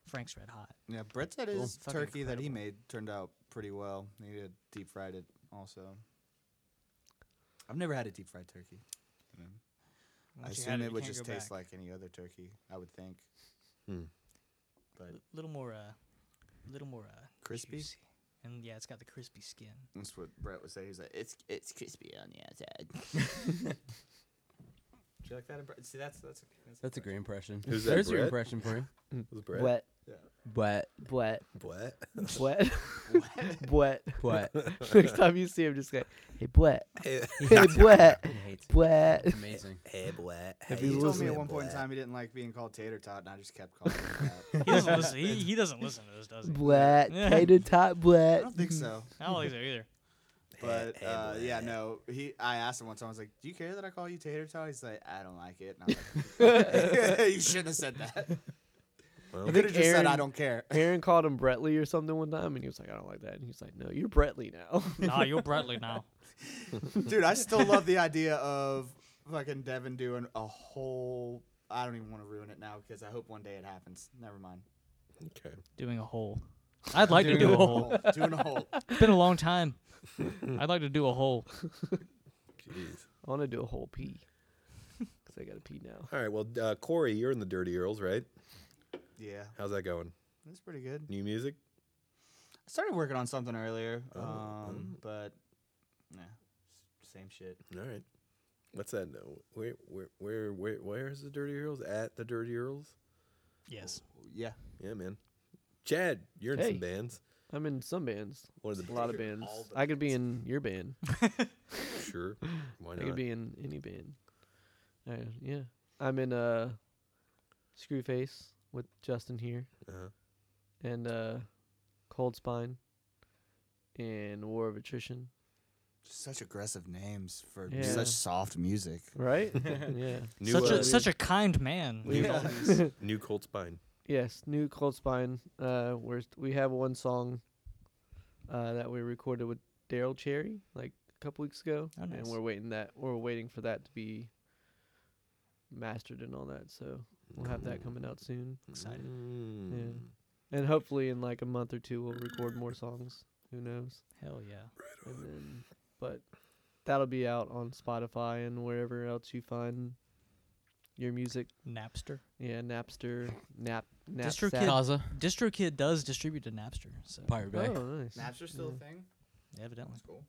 C: Frank's Red Hot.
B: Yeah, Brett said his
C: fucking
B: turkey that he
C: incredible.
B: made turned out pretty well. He did deep fried it also. I've never had a deep fried turkey. I
C: Once you had
B: assume it,
C: you
B: would
C: can't
B: just
C: go
B: taste
C: back.
B: like any other turkey. I would think.
A: Hmm.
B: But
C: a little more uh, little more uh,
B: Crispy?
C: juicy. and yeah, it's got the crispy skin.
B: that's what Brett was saying. He's like, it's it's crispy on the outside. Do you like that? Impre- See, that's that's that's,
E: That's a great impression.
A: Who's that,
E: There's your
A: Brett?
E: impression for you.
A: Was Brett?
D: Wet,
E: But
D: wet,
A: What?
D: wet, wet.
E: but
D: Next time you see him, just like, hey, wet,
A: Hey,
D: hey, wet,
E: he hates it.
D: wet.
E: Amazing.
A: hey, what?
D: If
B: He
D: he's
B: told me
D: listening,
B: at one point in
A: Brett.
B: time he didn't like being called tater tot, and I just kept calling him that.
C: He doesn't listen. He, he doesn't listen to this, does he?
D: Blat,
C: Yeah.
D: tater tot
B: I
D: blat.
B: don't think so.
C: I don't think so either.
B: But
A: Hey,
B: uh, yeah,
A: boy.
B: no. He, I asked him one time. I was like, "Do you care that I call you tater tot?" He's like, "I don't like it." And I'm like, "You shouldn't have said that.
A: Well,
B: You could have just said I
D: Aaron-
B: don't care."
D: Aaron called him Bretley or something one time, and he was like, I don't like that. And he's like, No, you're Bretley now.
C: Nah, you're Bradley now.
B: Dude, I still love the idea of fucking Devin doing a whole. I don't even want to ruin it now because I hope one day it happens. Never mind.
A: okay.
C: Doing a hole. I'd like to
B: Doing
C: do
B: a
C: a hole.
B: whole- Doing a whole.
C: It's been a long time. I'd like to do a hole.
A: Jeez.
D: I want to do a whole pee. Because I got to pee now.
A: All right. Well, uh, Corey, you're in the Dirty Earls, right?
B: Yeah,
A: How's that going?
B: that's pretty good.
A: New music?
B: I started working on something earlier,
A: Oh,
B: um, but nah, s- same shit.
A: All right. What's that? No. Where, where, where, where, where is the Dirty Earls? At the Dirty Earls?
C: Yes.
B: Yeah,
A: Yeah, man. Chad, you're in
D: Hey.
A: some bands.
D: I'm in some bands,
A: One of the
D: a lot of bands. I could be in your band.
A: Sure. Why
D: I could
A: not?
D: be in any band. I, yeah. I'm in uh, Screwface with Justin here
A: uh-huh.
D: and uh, Cold Spine and War of Attrition.
B: such aggressive names for
D: Yeah.
B: such soft music.
D: Right? yeah.
A: New,
C: such
A: uh,
C: a such a kind man.
A: New,
B: Yeah.
A: new Cold Spine.
D: Yes, new Cold Spine. Uh, we're st- we have one song uh, that we recorded with Daryl Cherry like a couple weeks ago,
C: Oh, nice.
D: and we're waiting that we're waiting for that to be mastered and all that. So we'll have
C: Mm.
D: that coming out soon,
C: Excited.
A: Mm.
D: and hopefully in like a month or two we'll record more songs. Who knows?
C: Hell yeah.
D: And then, but that'll be out on Spotify and wherever else you find your music.
C: Napster.
D: Yeah, Napster, Nap,
C: DistroKid.
D: Napster.
E: Kaza,
C: DistroKid does distribute to Napster, so
E: Pirate Bay.
D: Oh, nice.
B: Napster's still a thing.
C: evidently.
B: That's cool.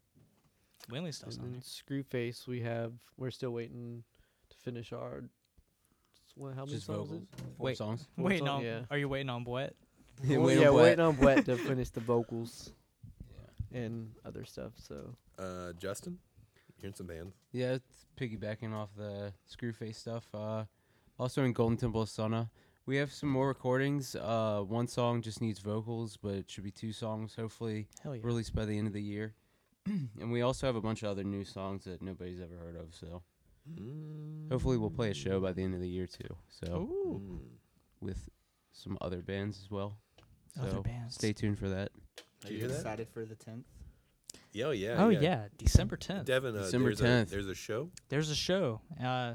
C: We only stuff's
D: And
C: on
D: then
C: there.
D: Screwface, we have. We're still waiting to finish our. s- What, how many
E: Just
D: songs?
E: vocals.
D: Is?
E: Four
C: Wait.
E: songs.
D: Well,
C: Waiting
D: it's on-
C: on
D: yeah.
C: are you waiting on Boet?
E: Yeah,
D: Well,
E: wait
D: yeah,
E: on Brett.
D: waiting on Brett to finish the vocals and other stuff. So
A: Uh, Justin, you're in some bands.
E: Yeah, it's piggybacking off the Screwface stuff. Uh, also in Golden Temple of Sona, we have some more recordings. Uh, one song just needs vocals, but it should be two songs, hopefully
C: Hell yeah.
E: released by the end of the year. and we also have a bunch of other new songs that nobody's ever heard of. So
C: Mm.
E: hopefully we'll play a show by the end of the year too. So
C: Ooh.
A: Mm.
E: with some other bands as well. So
C: Other bands.
E: stay tuned for that.
A: Did
B: Are
A: you
B: you
A: hear that?
B: excited for the tenth?
A: Yeah, oh, yeah.
C: oh yeah. December tenth.
A: Devin, uh,
E: December
A: there's,
E: 10th.
A: A, there's a show.
C: There's a show. Uh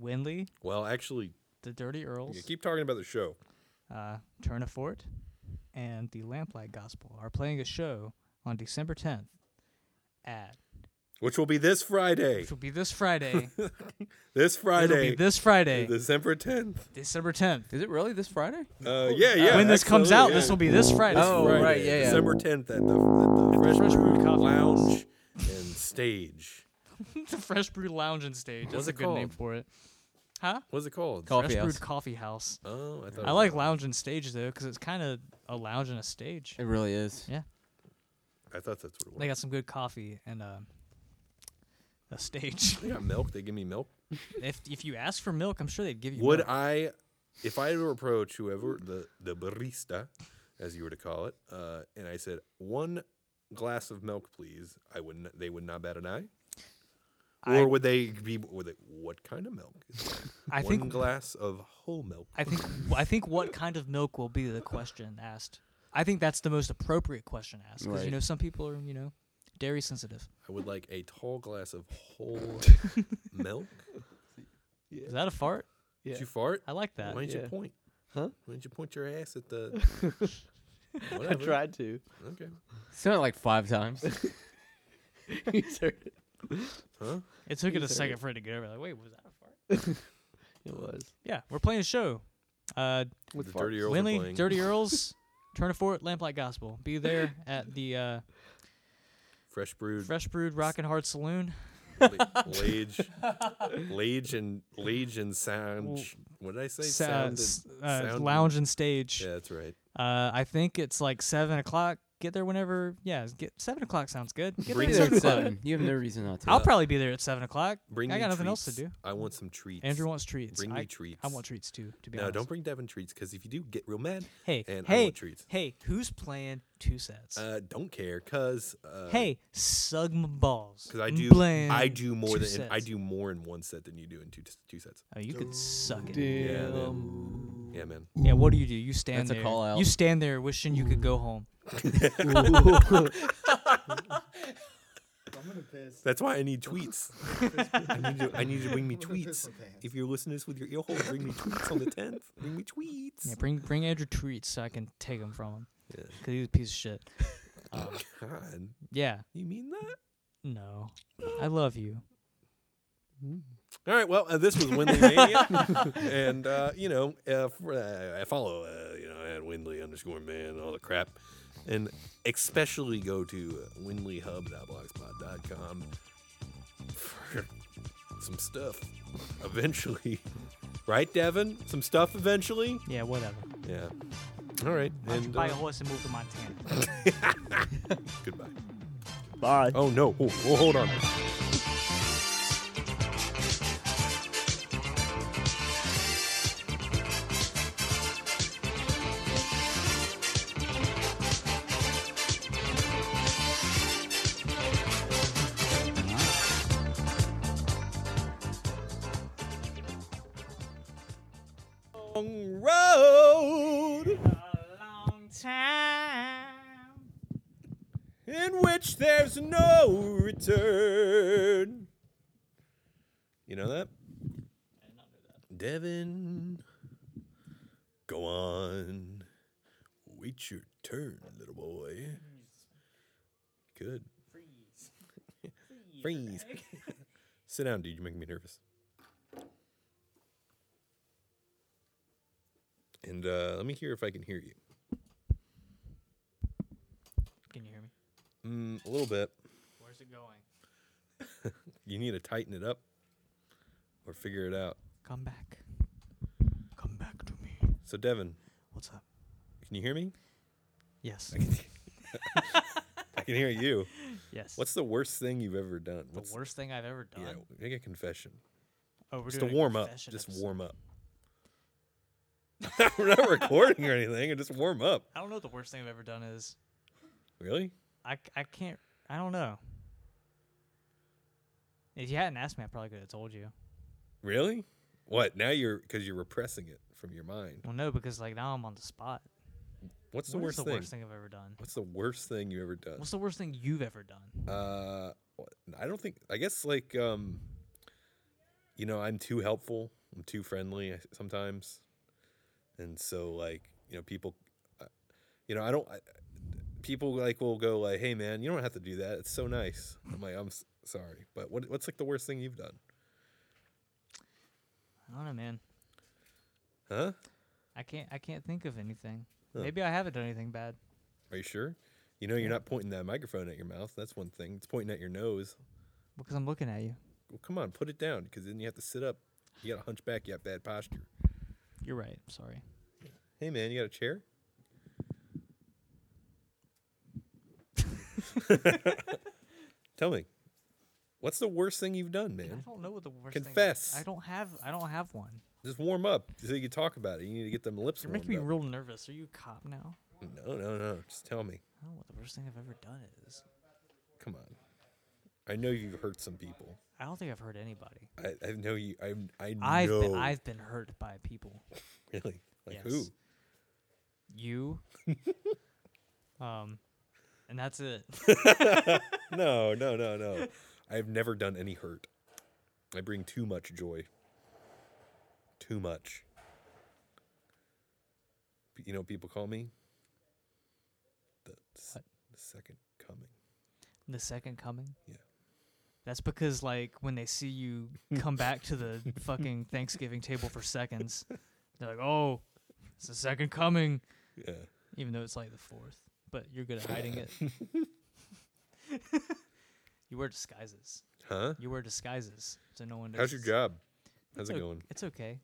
C: Winley,
A: Well, actually,
C: the Dirty Earls,
A: you keep talking about the show.
C: uh, Turn a Fort, and the Lamplight Gospel are playing a show on December tenth at
A: which will be this Friday.
C: which will be this Friday.
A: This
C: It'll
A: Friday,
C: be this Friday,
A: December 10th.
C: December 10th.
E: Is it really this Friday?
A: Uh, yeah, yeah.
C: Oh, when this comes out,
A: absolutely,
C: this
A: yeah.
C: will be this Friday.
E: Oh,
A: Friday,
E: right, yeah, yeah.
A: December 10th at the, at the Fresh,
C: Fresh Brew
A: Brew
C: Coffee House.
A: Lounge and Stage.
C: the Fresh Brew Lounge and Stage. That's
A: What's
C: a
A: it
C: good name
A: called?
C: for it. Huh?
A: What's it called?
E: Coffee
C: Fresh
E: house.
C: Brewed Coffee House.
A: Oh, I thought.
C: I
A: it
C: like
A: was-
C: lounge and stage though, because it's kind of a lounge and a stage.
E: It really is.
A: I thought that's what it was.
C: They got some good coffee and um, a stage.
A: They got milk. They give me milk.
C: if if you ask for milk, I'm sure they'd give you.
A: Would
C: milk.
A: I, if I were to approach whoever the the barista, as you were to call it, uh, and I said one glass of milk, please, I would not, they would not bat an eye. Or
C: I-
A: would they be? Would they, what kind of milk? is that?
C: I
A: one
C: think
A: glass of whole milk.
C: I think I think what kind of milk will be the question asked. I think that's the most appropriate question asked because you
E: Right.
C: know some people are you know dairy sensitive.
A: I would like a tall glass of whole milk.
C: Is that a fart?
D: Yeah.
A: Did you fart?
C: I like
A: Why
C: that.
A: didn't
D: yeah.
A: you point?
D: Huh?
A: Why didn't you point your ass at the?
D: I
A: Whatever.
D: tried to.
A: Okay.
E: Sounded like five times.
D: You heard it.
A: Huh?
C: It took it a
D: Sorry.
C: second for it to get over. Like, wait, was that a fart?
D: It was.
C: Yeah, we're playing a show. Uh,
A: the
D: With
A: dirty
D: farts.
A: girls are
C: Winley,
A: playing.
C: Dirty Earls, Turner Fort, Lamplight Gospel. Be there at the uh,
A: Fresh brewed.
C: Fresh Brewed Rockin' Hard Saloon.
A: La- Lage, Lage and Lage and Sound. What did I say?
C: Sa-
A: Sound.
C: s-
A: and-
C: uh,
A: sound and-
C: lounge and stage.
A: Yeah, that's right.
C: Uh, I think it's like seven o'clock. Get there whenever. Yeah, get seven o'clock sounds good. Get
E: Be
A: Bring
C: there at
E: there
C: seven
E: at
C: o'clock.
E: seven. You have no reason not to.
C: I'll probably be there at seven o'clock.
A: Uh, Bring
C: I
A: me
C: got nothing else
A: treats.
C: to do.
A: I want some treats.
C: Andrew wants treats.
A: Bring
C: I,
A: me treats.
C: I want treats too. To be
A: No,
C: honest.
A: don't bring Devin treats because if you do, get real mad.
C: Hey,
A: And I
C: hey,
A: want treats.
C: hey. Who's playing two sets?
A: Uh, don't care, cause uh,
C: hey, sug my balls.
A: because I
C: I'm
A: do.
C: playing
A: I do more
C: two
A: than I
C: sets.
A: do more in one set than you do in two two sets.
C: Oh, you could suck it.
A: Yeah,
D: Damn.
A: man. Yeah, man.
C: Yeah, what do you do? You stand
E: That's a
C: there.
E: call out.
C: You stand there wishing you could go home.
B: I'm gonna piss.
A: That's why I need tweets. I need to. I need to bring me tweets. If you're listening to this with your ear hole, bring me tweets on the tenth. Bring me tweets.
C: Yeah, bring bring Andrew tweets so I can take them from him. Cause he's a piece of shit.
A: Oh, God,
C: Yeah.
A: you mean that?
C: No. I love you.
A: All right. Well, uh, this was Windley Mania, and uh, you know, uh, f- uh, I follow uh, you know at Windley underscore man and all the crap, and especially go to windleyhub.blogspot.com for some stuff eventually. Right, Devin? Some stuff eventually?
C: Yeah, whatever.
A: Yeah. All right. And
C: buy a
A: uh,
C: horse and move to Montana.
A: goodbye.
D: Bye.
A: Oh no! Oh, oh, hold on. Long road in which there's no return. You know that? Devin, go on. Wait your turn, little boy. Good. Freeze. Freeze. Sit down, dude. You make me nervous. And uh, let me hear if I can hear you.
C: Can you hear me?
A: Mm, a little bit.
C: Where's it going?
A: You need to tighten it up or figure it out.
C: Come back.
F: Come back to me.
A: So, Devin,
C: What's up?
A: can you hear me?
C: Yes.
A: I can hear you.
C: Yes.
A: What's the worst thing you've ever done?
C: the
A: What's,
C: worst thing I've ever done?
A: Yeah, make a confession.
C: oh, we're
A: Just to
C: doing a
A: warm up.
C: confession
A: Just
C: episode.
A: warm up. We're not recording or anything. Just warm up.
C: I don't know what the worst thing I've ever done is.
A: Really?
C: I, c- I can't. I don't know. If you hadn't asked me, I probably could have told you.
A: Really? What? Now you're because you're repressing it from your mind.
C: Well, no, because like now I'm on the spot.
A: What's the,
C: What
A: worst,
C: is the
A: thing?
C: worst thing I've ever done?
A: What's the worst thing you ever done?
C: What's the worst thing you've ever done?
A: Uh, what- I don't think. I guess like um, you know, I'm too helpful. I'm too friendly I- sometimes, and so like you know, people, uh, you know, I don't. I, people like will go like, "Hey man, you don't have to do that. It's so nice." I'm like, I'm. s- Sorry, but what, what's like the worst thing you've done?
C: I don't know, man.
A: Huh?
C: I can't. I can't think of anything.
A: Huh.
C: Maybe I haven't done anything bad.
A: Are you sure? You know, you're not pointing that microphone at your mouth. That's one thing. It's pointing at your nose.
C: Because I'm looking at you.
A: Well, come on, put it down because then you have to sit up. You got a hunchback. You have bad posture.
C: You're right. Sorry.
A: Hey, man, you got a chair? Tell me, what's the worst thing you've done,
C: I
A: man?
C: don't know what the worst.
A: Confess.
C: Thing is. I don't have. I don't have one.
A: Just warm up so you can talk about it. You need to get them lips
C: You're
A: warmed
C: making me
A: up.
C: real nervous. Are you a cop now?
A: no, no, no. Just tell me.
C: I don't know what the worst thing I've ever done is.
A: Come on. I know you've hurt some people.
C: I don't think I've hurt anybody.
A: I, I know you. I, I know.
C: I've been. I've been hurt by people.
A: really like
C: Yes.
A: who?
C: You. um, and that's it.
A: No, no, no, no. I've never done any hurt. I bring too much joy. Too much. P- You know, what people call me the, s- the second coming.
C: The second coming?
A: Yeah.
C: That's because like when they see you come back to the fucking Thanksgiving table for seconds, they're like, "Oh, it's the second coming,"
A: Yeah.
C: even though it's like the fourth. But you're good at hiding it. you wear disguises.
A: Huh?
C: You wear disguises, so no one.
A: How's your
C: notices.
A: job? How's
C: It's
A: it
C: o-
A: going?
C: It's okay.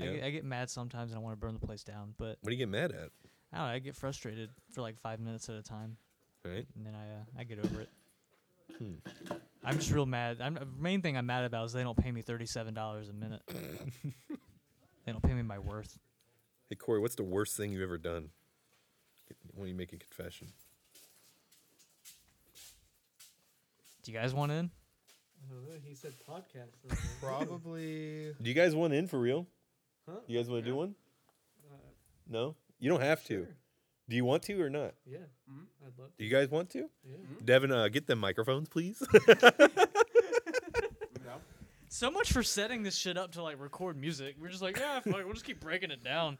C: I,
A: Yeah.
C: get, I get mad sometimes and I want to burn the place down, but
A: What do you get mad at?
C: I don't know. I get frustrated for like five minutes at a time.
A: Right? Hmm.
C: and then I uh, I get over it. I'm just real mad. I'm, the main thing I'm mad about is they don't pay me thirty seven dollars a minute. they don't pay me my worth.
A: Hey Corey, what's the worst thing you've ever done? Get- When you make a confession.
C: Do you guys want in?
D: He said podcast.
B: Probably.
A: Do you guys want in for real?
D: Huh? Uh,
A: You guys want to do one? no? You don't have to. Do you want to or not?
D: Yeah, I'd love
A: Do you guys want to?
D: Yeah.
A: Devin, uh, get them microphones, please.
C: So much for setting this shit up to like record music. We're just like, yeah, fuck, it, we'll just keep breaking it down.